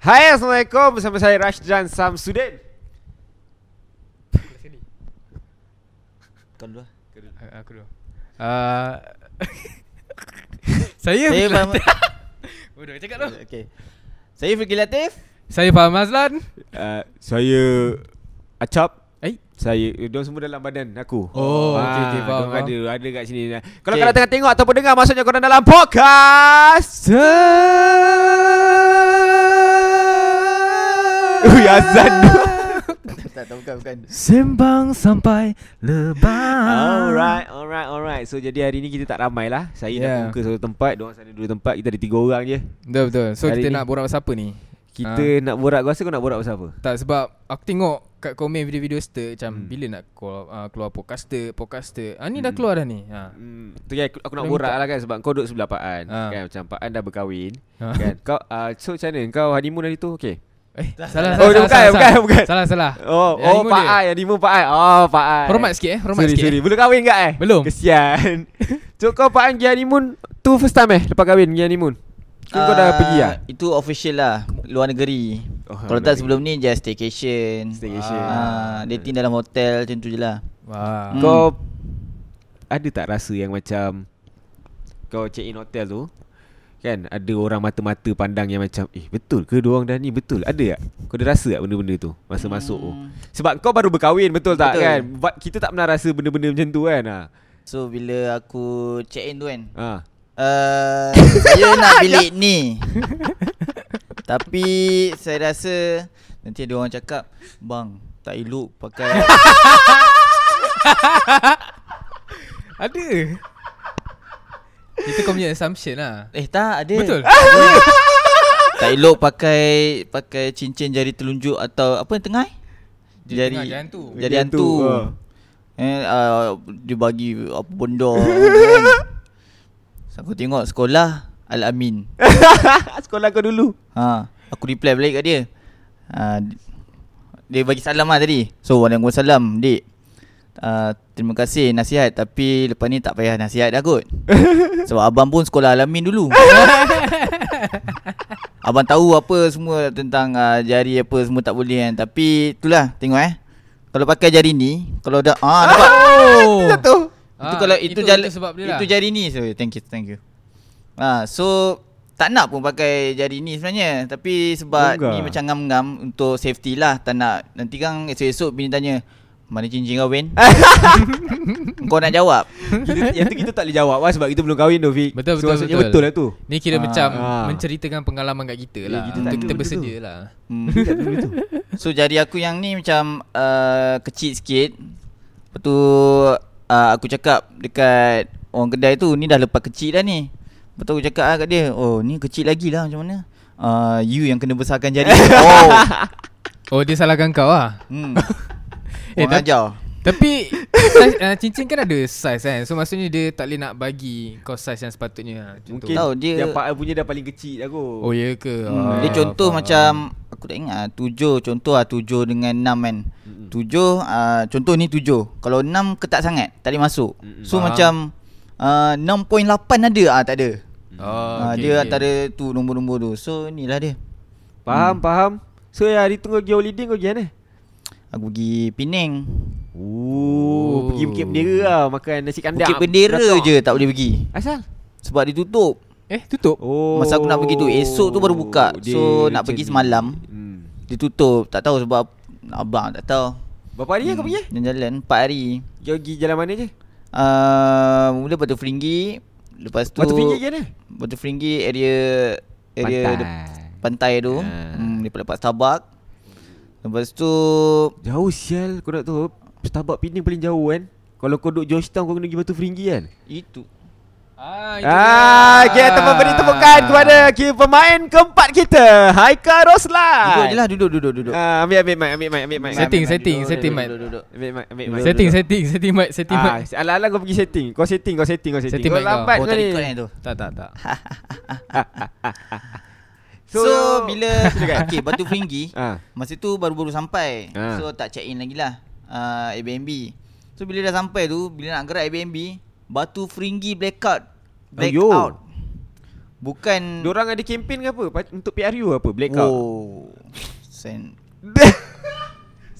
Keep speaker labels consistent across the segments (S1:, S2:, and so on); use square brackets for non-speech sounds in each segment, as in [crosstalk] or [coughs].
S1: Hai Assalamualaikum bersama saya Rashdan Samsudin.
S2: Kau dulu lah
S1: Eh,
S3: A- Aku dulu uh,
S1: [laughs]
S3: Saya
S2: Saya
S3: Saya
S2: [laughs] faham
S3: Bodoh cakap tu
S2: okay. Saya Fikri Latif [laughs]
S3: Saya faham Azlan
S1: Uh, saya Acap.
S3: Eh?
S1: Saya eh, diorang semua dalam badan aku. Ah,
S3: Oh, okey, okey, faham,
S1: diorang
S3: faham.
S1: ada ada kat sini. Kalau
S2: Okey.
S1: korang tengah tengok ataupun dengar maksudnya korang dalam podcast. Ui azan tu.
S2: Tak tahu bukan bukan
S3: Sembang sampai lebar
S1: Alright, alright, alright. So jadi hari ni kita tak ramai lah. Saya yeah.
S3: Yeah.
S1: nak buka satu tempat, diorang sana dua tempat. Kita ada tiga orang je.
S3: Betul betul So
S1: Hari
S3: kita
S1: ni-
S3: nak borak pasal apa ni Ah,
S1: Kita nak borak. Kau rasa kau nak borak pasal apa?
S3: Tak sebab Aku tengok kat komen video-video star Macam
S1: Hmm.
S3: bila nak keluar, uh, keluar podcaster Podcaster ah, Ni dah keluar dah ni ha.
S1: Hmm, tu kan aku, aku nak
S3: Kena
S1: borak
S3: minta.
S1: lah kan sebab kau duduk sebelah Pak An.
S3: Ha.
S1: Kan macam Pak An dah berkahwin.
S3: Ha.
S1: kan. Kau uh, so macam mana? Kau honeymoon hari tu? Okey.
S3: Eh
S1: Oh,
S3: salah salah,
S1: bukan,
S3: salah,
S1: bukan,
S3: salah.
S1: bukan.
S3: Salah salah
S1: Oh,
S3: Yang
S1: oh
S3: lima
S1: Pak
S3: dia.
S1: An, yang lima Pak An. Oh, Pak An.
S3: Hormat sikit eh Hormat
S1: sorry,
S3: sikit
S1: sorry.
S3: eh.
S1: Belum kahwin kat eh?
S3: Belum. [laughs]
S1: Kesian. so kau Pak An pergi honeymoon tu first time eh lepas kahwin pergi honeymoon? Ke kau dah
S2: Ah,
S1: pergi ah?
S2: Itu official lah Luar negeri
S1: Oh, luar
S2: oh, Kalau
S1: negeri.
S2: tak sebelum ni Just staycation
S1: Staycation.
S2: ah, Dating dalam hotel Macam tu je lah
S3: Wah.
S2: Hmm.
S1: Kau ada tak rasa yang macam kau check in hotel tu kan ada orang mata-mata pandang yang macam eh betul ke dua orang dah ni betul ada tak kau ada rasa tak benda-benda tu masa hmm. masuk tu sebab kau baru berkahwin betul tak betul.
S2: Betul.
S1: kan But kita tak pernah rasa benda-benda macam tu kan ha
S2: So bila aku check in tu kan
S1: ha [laughs]
S2: uh, Saya nak
S1: Ya.
S2: bilik ni Tapi saya rasa Nanti ada orang cakap Bang tak elok pakai
S3: Ada Itu kau punya assumption lah
S2: Eh tak ada
S3: Betul
S2: [laughs] Tak elok pakai pakai cincin jari telunjuk atau apa yang tengah eh?
S3: Jari tengah, jari hantu.
S2: Jari
S1: Jari hantu,
S2: hantu.
S1: ah.
S2: Eh uh, dia bagi apa benda. [laughs] kan. So, aku tengok sekolah Al Amin.
S1: sekolah kau dulu
S2: Ha, aku reply balik kat dia. Ha, dia bagi salam lah tadi. So, Waalaikumsalam, Dik. Uh, terima kasih nasihat tapi lepas ni tak payah nasihat dah kot. Sebab abang pun sekolah alamin dulu. abang tahu apa semua tentang uh, jari apa semua tak boleh kan. Tapi itulah tengok eh. Kalau pakai jari ni, kalau dah ah nampak.
S3: Oh
S1: satu
S2: Itu
S3: Ah,
S2: kalau itu,
S3: itu-
S2: jari,
S3: itu sebab dia lah.
S2: Itu jari ni so thank you thank you. Ah so tak nak pun pakai jari ni sebenarnya tapi sebab
S1: Bongga.
S2: Bunga. ni macam ngam-ngam untuk safety lah tak nak nanti kan esok-esok bini tanya mana cincin kau Win? kau nak jawab.
S1: kita, yang tu kita tak boleh jawab lah sebab kita belum kahwin tu Fik
S3: Betul
S1: so,
S3: betul
S1: maksudnya betul lah tu
S3: Ni kira
S2: Ah.
S3: macam
S1: Ah. Ya,
S3: menceritakan pengalaman kat kita
S1: kita
S3: lah. Kita,
S1: tak
S3: kita,
S1: tahu benda
S3: bersedia
S1: tu.
S3: lah.
S2: Hmm. [laughs] so jari aku yang ni macam uh, kecil sikit. Lepas tu uh, aku cakap dekat orang kedai tu ni dah lepas kecil dah ni. Lepas tu aku cakap lah kat dia, "Oh, ni kecil lagi lah macam mana?" Uh, you yang kena besarkan jari. [laughs] oh.
S3: Oh dia salahkan kau lah.
S2: Hmm. Eh,
S3: Eh, tapi-
S2: ajar.
S3: Tapi saiz, uh, cincin kan ada saiz kan. So maksudnya dia tak boleh nak bagi kau saiz yang sepatutnya. Macam
S1: mungkin
S3: Tu.
S2: Tahu dia-
S1: yang Pak An punya dah paling kecil aku
S3: Oh ya ke?
S2: Hmm. Dia contoh macam aku tak ingat ah, tujuh contoh ah tujuh dengan enam kan. Tujuh ah, contoh ni tujuh. Kalau enam ketat sangat tak boleh masuk.
S1: Mm-mm.
S2: So
S3: Faham.
S2: macam ah, 6.8 ada ah tak ada.
S3: Oh,
S2: Ah,
S3: okay,
S2: dia
S3: okay.
S2: antara tu nombor-nombor tu. So inilah dia.
S1: faham faham so ya, hari tu kau pergi holiday kau pergi mana
S2: Aku pergi Penang.
S1: Oh, pergi Bukit Bendera lah makan nasi kandar.
S2: Bukit Bendera je tak boleh pergi
S1: Asal?
S2: sebab ditutup.
S3: Eh tutup.
S1: Oh.
S2: Masa aku nak pergi tu, esok tu baru buka. So, nak pergi semalam.
S1: Hmm.
S2: Ditutup. Tak tahu sebab abang tak tahu.
S1: Berapa hari hmm. kau pergi?
S2: Jalan-jalan 4 hari.
S1: Kau pergi jalan mana je?
S2: Uh, mula Batu Feringgi Lepas tu
S1: Batu Pinggir je mana?
S2: Batu Feringgi area Area
S1: Pantai.
S2: pantai, pantai tu
S1: Ah.
S2: hmm, Lepas-lepas Starbucks Lepas tu
S1: Jauh sial kau nak tahu Starbucks Penang paling jauh kan. Kalau kau duduk Georgetown kau kena pergi Batu Feringgi kan.
S2: Itu
S3: Ah, itu
S1: Ah,
S3: dia.
S1: kita ah. beri tepukan kepada ki- pemain keempat kita, Haikal Roslan.
S2: Duduk je lah duduk duduk duduk
S1: Ah, ambil ambil mic, ambil mic, ambil mic.
S3: Setting,
S2: Mat,
S3: setting,
S2: duduk,
S3: setting,
S2: duduk,
S3: Mat.
S2: duduk, duduk, duduk.
S1: Ambil mic, ambil mic.
S3: Setting, setting, setting mic, setting
S1: Ah,
S3: mic.
S1: ala-ala kau pergi setting. Kau setting, kau setting, kau setting.
S3: Setting
S1: kau
S3: mic kau.
S1: lambat
S2: Oh
S1: kau
S2: tak
S1: ni.
S2: record eh tu
S3: Tak tak tak.
S2: So, bila
S1: [laughs]
S2: Okay Batu Feringgi
S1: ah.
S2: Masa tu baru-baru sampai
S1: Ah.
S2: So tak check in lagi lah uh, Airbnb So bila dah sampai tu Bila nak gerak Airbnb Batu Feringgi blackout
S1: Ayo.
S2: Blackout Bukan
S1: Diorang ada kempen ke apa Pa- Untuk PRU apa Blackout oh.
S2: Wow Sen
S1: [laughs]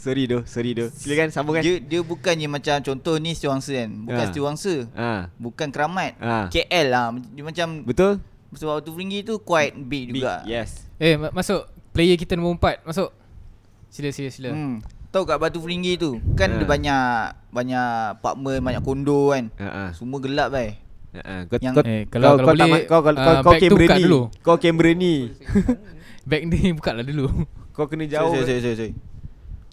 S1: Sorry doh Sorry doh Silakan sambungkan
S2: Dia dia bukannya macam Contoh ni setiawangsa kan Bukan
S1: Ha.
S2: setiawangsa
S1: ha.
S2: Bukan keramat
S1: Ha.
S2: KL lah Dia macam
S1: Betul
S2: Sebab Batu Peringgi tu Quite big juga
S1: Big, Yes
S3: Eh ma- masuk Player kita nombor 4 Masuk Sila sila sila hmm.
S2: hmm. Tahu kat Batu Peringgi tu Kan
S1: Ha.
S2: ada banyak Banyak apartment Banyak kondo kan
S1: Ha ah.
S2: Semua gelap kan
S1: Ha kau,
S2: Yang-
S1: kau,
S3: eh,
S1: kalau, kau, kau,
S3: kalau- kalau
S1: tak,
S3: boleh,
S1: ma- kau, kau, kau,
S3: ah,
S1: kau
S3: back to
S1: kamera
S3: buka
S1: ni
S3: dulu.
S1: Kau kamera ni
S3: [laughs] Back ni buka lah dulu
S1: Kau kena jauh
S2: Sorry sorry sorry, sorry.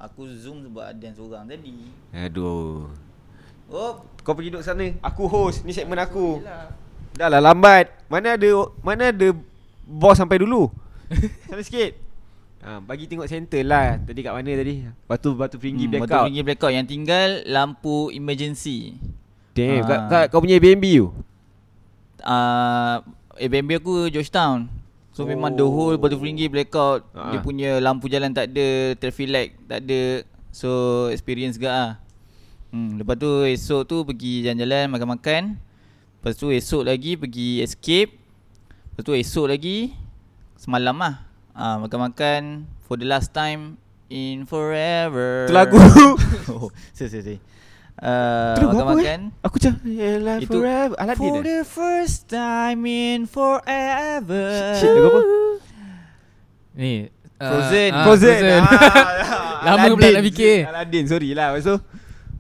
S2: Aku zoom sebab ada seorang tadi
S1: Aduh
S2: Oh
S1: Kau pergi duduk sana Aku host Ni segmen aku Dah lah lambat Mana ada Mana ada Bos sampai dulu Sana sikit ha, Bagi tengok center lah Tadi kat mana tadi Batu Batu Peringgi hmm,
S2: hmm, Batu
S1: blackout
S2: Peringgi blackout Yang tinggal Lampu emergency
S1: Damn
S2: Ah.
S1: kau, kau, kau punya Airbnb tu
S2: uh, Airbnb aku Georgetown So oh. memang the whole Batu Peringgi blackout
S1: Ah.
S2: Dia punya lampu jalan tak ada Traffic light tak ada So experience gak lah hmm, Lepas tu esok tu pergi jalan-jalan makan-makan Lepas tu esok lagi pergi escape Lepas tu esok lagi Semalam lah uh, Makan-makan For the last time In forever
S1: Tu lagu
S2: [laughs] oh, Sorry sorry sorry uh,
S1: Tu lagu apa
S2: Makan-makan
S1: eh? Aku macam Yeah life
S2: Itu-
S1: forever Aladdin
S2: For
S1: eh
S2: the first time in forever
S1: Shit lagu apa
S3: Ni ah,
S2: Frozen.
S3: ah,
S1: Frozen
S3: [laughs]
S1: Ah,
S3: Lama
S1: Aladdin.
S3: pula nak fikir.
S1: Aladdin sorry lah Lepas tu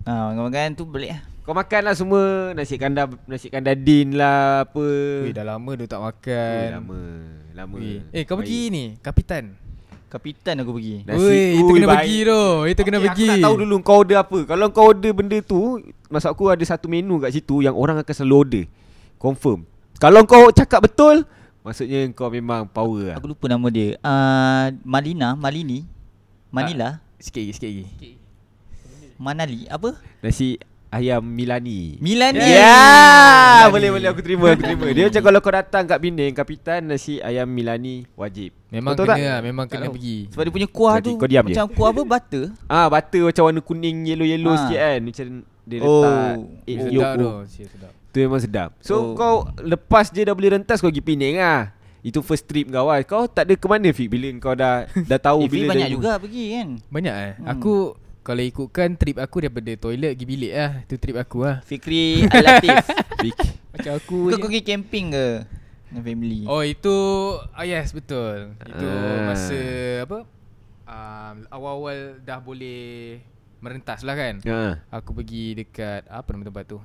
S2: Ah, makan-makan tu boleh lah
S1: Kau makan lah semua Nasi kandar Nasi kandar din lah Apa
S3: Weh dah lama dia tak
S1: Ui,
S3: makan
S1: Eh, Lama Lama
S3: Weh. Kan? Eh kau pergi ni Kapitan
S2: Kapitan aku pergi
S1: Nasi-
S3: Weh itu
S1: Ui,
S3: kena
S1: baik.
S3: pergi tu Itu kena
S1: Okay,
S3: pergi
S1: Aku nak tahu dulu kau order apa Kalau kau order benda tu Maksud aku ada satu menu kat situ Yang orang akan selalu order Confirm Kalau kau cakap betul Maksudnya kau memang power lah
S2: Aku lupa nama dia uh, Malina, Malini
S1: Ah.
S2: Manila
S3: Sikit lagi sikit lagi
S2: Manali Apa?
S1: Nasi ayam Milani
S2: Milani
S1: Ya yeah!
S2: Milani.
S1: Boleh boleh aku terima aku terima Dia macam kalau kau datang kat Penang Kapitan nasi ayam Milani wajib
S3: Memang
S1: Betul
S3: kena
S1: tak?
S3: lah Memang kena
S2: tahu.
S3: pergi
S2: Sebab dia punya kuah
S1: Jadi,
S2: tu
S1: kau diam je.
S2: Macam kuah apa? Butter
S1: Ah butter macam warna kuning yellow-yellow
S2: Ah.
S1: sikit kan Macam dia
S2: Oh.
S1: letak egg
S3: Sedap
S1: yolk
S3: tu Sia, sedap.
S1: Tu memang sedap So oh.
S2: Oh.
S1: kau lepas je dah boleh rentas kau pergi Penang lah Itu first trip kau lah Kau tak ada ke mana Fik Bila kau dah dah tahu
S2: [laughs] Eh,
S1: bila
S2: Fee banyak
S1: dah-
S2: juga pergi kan
S3: Banyak eh
S2: Hmm.
S3: Aku Kalau ikutkan trip aku daripada toilet pergi bilik lah Itu trip aku lah
S2: Fikri [laughs] Al-Latif
S1: Fik
S3: Macam aku
S2: Kau
S3: je.
S2: kau pergi camping ke? Dengan family
S3: Oh itu ah, Yes betul Itu
S1: Ah.
S3: masa Apa um, Awal-awal dah boleh Merentas lah kan
S1: ha.
S3: Aku pergi dekat Apa nama tempat tu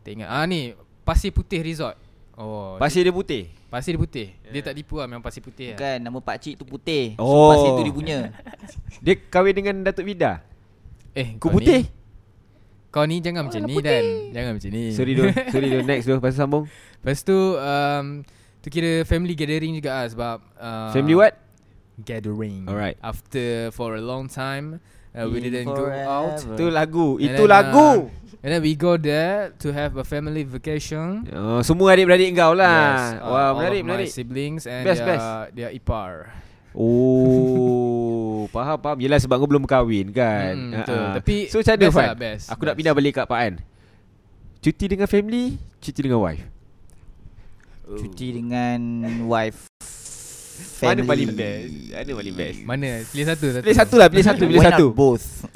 S3: Tak ingat Ah ni Pasir Putih Resort Oh
S1: Pasir dia putih
S3: Pasir Putih Dia tak tipu lah memang Pasir Putih lah
S2: Bukan Kan, nama pakcik tu putih so,
S1: ya. Oh.
S2: Pasir tu dia punya
S1: Dia kahwin dengan Datuk Vida
S3: Eh
S1: Ku
S3: kau ni-
S1: putih Oh,
S3: Kau ni jangan macam ni Dan Jangan macam ni
S1: Sorry Don Sorry Don Next Don Pasal sambung
S3: [laughs] Lepas tu um, Tu kira family gathering juga lah Sebab uh,
S1: Family what?
S3: Gathering
S1: Alright.
S3: After for a long time uh, We
S2: In
S3: didn't go out
S2: forever.
S1: Itu lagu
S3: And
S1: Itu
S3: then,
S1: lagu
S3: uh, And then we go there To have a family vacation
S1: oh, Semua adik-beradik kau lah
S3: uh,
S1: Wah
S3: all
S1: menarik
S3: of
S1: menarik
S3: my siblings And
S1: Best,
S3: their,
S1: best.
S3: their ipar
S1: Oh [laughs] Faham faham Yelah sebab kau belum kahwin kan
S3: Mm,
S1: Ha,
S3: betul.
S1: ha.
S3: Tapi
S1: So macam mana
S3: best
S1: Fan
S3: lah, best,
S1: Aku nak
S3: best.
S1: pindah balik kat Pak An Cuti dengan family Cuti dengan wife
S3: Oh.
S2: Cuti dengan wife
S1: Oh. Mana
S2: family.
S1: paling best Mana paling best
S3: Mana? Pilih satu satu
S1: Pilih satu lah Pilih satu Pilih
S2: Why
S1: satu
S2: not both
S1: [laughs]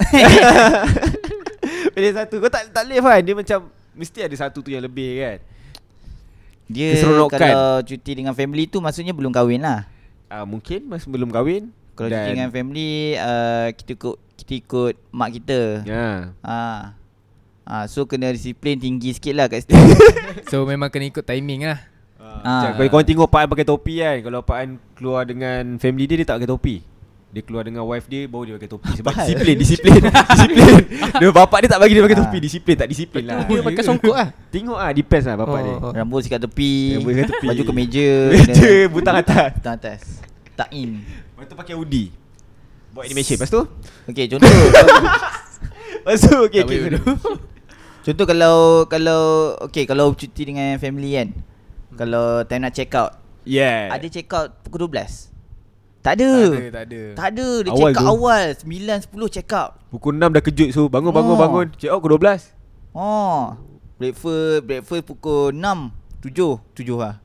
S1: Pilih satu Kau tak tak boleh kan Dia macam Mesti ada satu tu yang lebih kan
S2: [laughs] Dia
S1: Keseronokan.
S2: kalau cuti dengan family tu Maksudnya belum kahwin lah
S1: uh, Mungkin Masa belum kahwin
S2: Kalau cuti dengan family uh, Kita ikut Kita ikut Mak kita yeah.
S1: ya.
S2: ha. ha. So kena disiplin tinggi sikit lah
S1: [laughs]
S2: kat situ
S3: [laughs] So memang kena ikut timing lah
S1: Macam
S2: ha.
S1: Kalau korang tengok Pak An pakai topi kan Kalau Pak An keluar dengan family dia Dia tak pakai topi Dia keluar dengan wife dia Baru dia pakai
S3: [laughs]
S1: topi Sebab
S2: Apa hal?
S1: disiplin Disiplin [laughs] Disiplin dia, Bapak dia tak bagi dia pakai topi
S2: Ah.
S1: Disiplin tak disiplin lah
S3: Dia pakai songkok lah
S1: [laughs] Tengok lah Depends lah bapak
S3: Oh,
S1: dia
S3: oh.
S2: Rambut sikat tepi
S1: Rambut sikat tepi.
S2: Baju kemeja
S1: Meja
S2: kena-
S1: butang atas
S2: Butang atas Tak in
S1: Lepas tu pakai hoodie Buat animation Lepas tu
S2: Okay contoh
S1: [laughs] Lepas tu okay,
S3: Tak
S1: okay,
S3: boleh
S1: sorry.
S2: Contoh kalau Kalau Okay kalau cuti dengan family kan Kalau time nak check out
S1: [laughs] Yeah
S2: Ada check out pukul 12 Tak ada
S3: Tak ada, tak ada.
S2: Tak ada Dia
S1: Awal
S2: awal check out
S1: tu.
S2: awal 9, 10 check out
S1: Pukul 6 dah kejut so Bangun bangun
S2: Oh.
S1: bangun Check out pukul 12
S2: Ha. Oh Breakfast Breakfast pukul 6 7 7 lah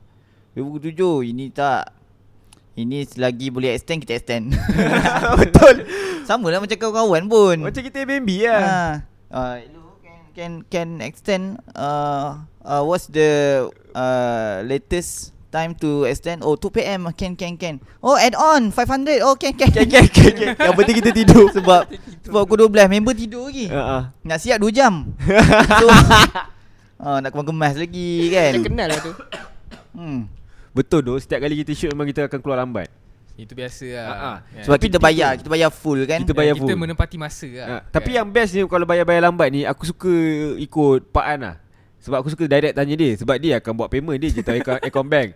S2: 2007 Ini tak Ini selagi boleh extend Kita extend [laughs] Betul Sama lah macam kawan-kawan pun
S3: Hmm.
S1: Macam kita Airbnb lah
S2: Ah, uh, hello, can can can extend uh, uh what's the uh latest time to extend? Oh 2 pm can can can. Oh add on 500. Oh can can can can. can, can. [laughs] Yang penting kita tidur sebab sebab pukul 12 member tidur lagi.
S1: Ha ah.
S2: Nak siap 2 [laughs] jam. so uh, nak kemas-kemas lagi kan.
S3: Dia kenal lah tu
S2: Hmm.
S1: Betul doh setiap kali kita shoot memang kita akan keluar lambat.
S3: Itu biasa lah
S1: Ah, ah.
S3: Kan.
S2: Sebab kita bayar, kita bayar full kan.
S1: Kita
S3: Ya,
S1: bayar full.
S3: Kita menepati masa lah
S1: Ha, tapi yang best ni kalau bayar-bayar lambat ni aku suka ikut Pak An lah. Sebab aku suka direct tanya dia sebab dia akan buat payment dia je tahu account, account bank.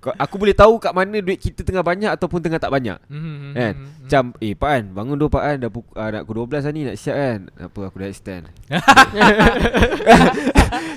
S1: Ka- Aku boleh tahu kat mana duit kita tengah banyak ataupun tengah tak banyak.
S3: Mm-hmm.
S1: Kan Macam Eh Pak An Bangun dulu Pak An Dah pukul, uh, nak pukul 12 lah ni Nak siap kan Apa aku dah
S3: [laughs]
S1: extend [laughs]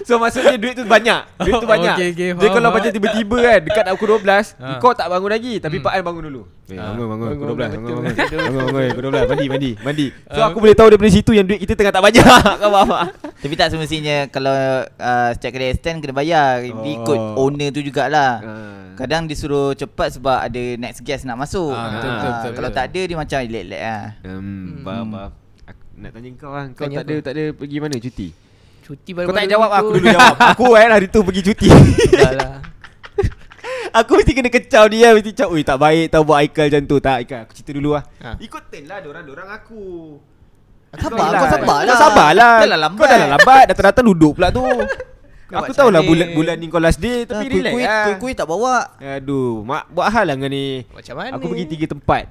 S1: So maksudnya duit tu banyak Duit tu
S3: Oh,
S1: banyak
S3: okay, okay,
S1: Jadi
S3: faham,
S1: kalau
S3: faham.
S1: macam tiba-tiba kan Dekat nak pukul 12
S3: Ha.
S1: Kau tak bangun lagi Tapi
S3: Hmm.
S1: Pak An bangun dulu Eh
S3: Ha.
S1: bangun bangun Pukul
S3: Bangun,
S1: 12
S3: betul.
S1: Bangun bangun Bangun bangun Pukul 12 Mandi mandi mandi So
S3: Ha.
S1: aku boleh tahu daripada situ Yang duit kita tengah tak banyak [laughs] Kau faham
S3: [laughs]
S1: tak?
S2: Tapi tak semestinya kalau uh, setiap kali extend kena bayar. Oh. Ah. Dia ikut
S1: Oh.
S2: owner tu jugalah.
S1: Ha.
S2: Kadang disuruh cepat sebab ada next guest nak masuk.
S3: Ah,
S1: betul,
S2: Ah,
S1: betul,
S3: betul,
S2: kalau
S3: betul.
S2: tak ada dia macam elek-elek ah.
S1: Hmm Faham faham Aku nak tanya kau lah Kau
S3: Tanya
S1: tak ada
S3: apa?
S1: tak ada pergi mana cuti?
S3: Cuti
S1: Kau tak payah jawab lah, aku dulu
S3: [laughs]
S1: jawab Aku kan hari tu pergi cuti
S3: lah.
S1: Aku mesti kena kecau dia Mesti macam Ui tak baik tau buat Aikal macam tu Tak Aikal aku cerita dulu lah
S3: Ha.
S1: ha. Ikut turn lah dorang-dorang aku
S2: Sabar,
S1: Yelah,
S2: kau sabar lah.
S1: Kau sabar lah
S2: Dah lah lambat.
S1: Kau dah lah lambat Datang-datang duduk pula tu Aku
S2: buat
S1: tahulah
S2: cantik.
S1: bulan-bulan ni kau last day
S2: Ah,
S1: Tapi relax
S2: kui,
S1: lah
S2: kui, kui tak bawa.
S1: Aduh Mak buat hal lah kau ni
S3: Macam mana
S1: Aku pergi tiga tempat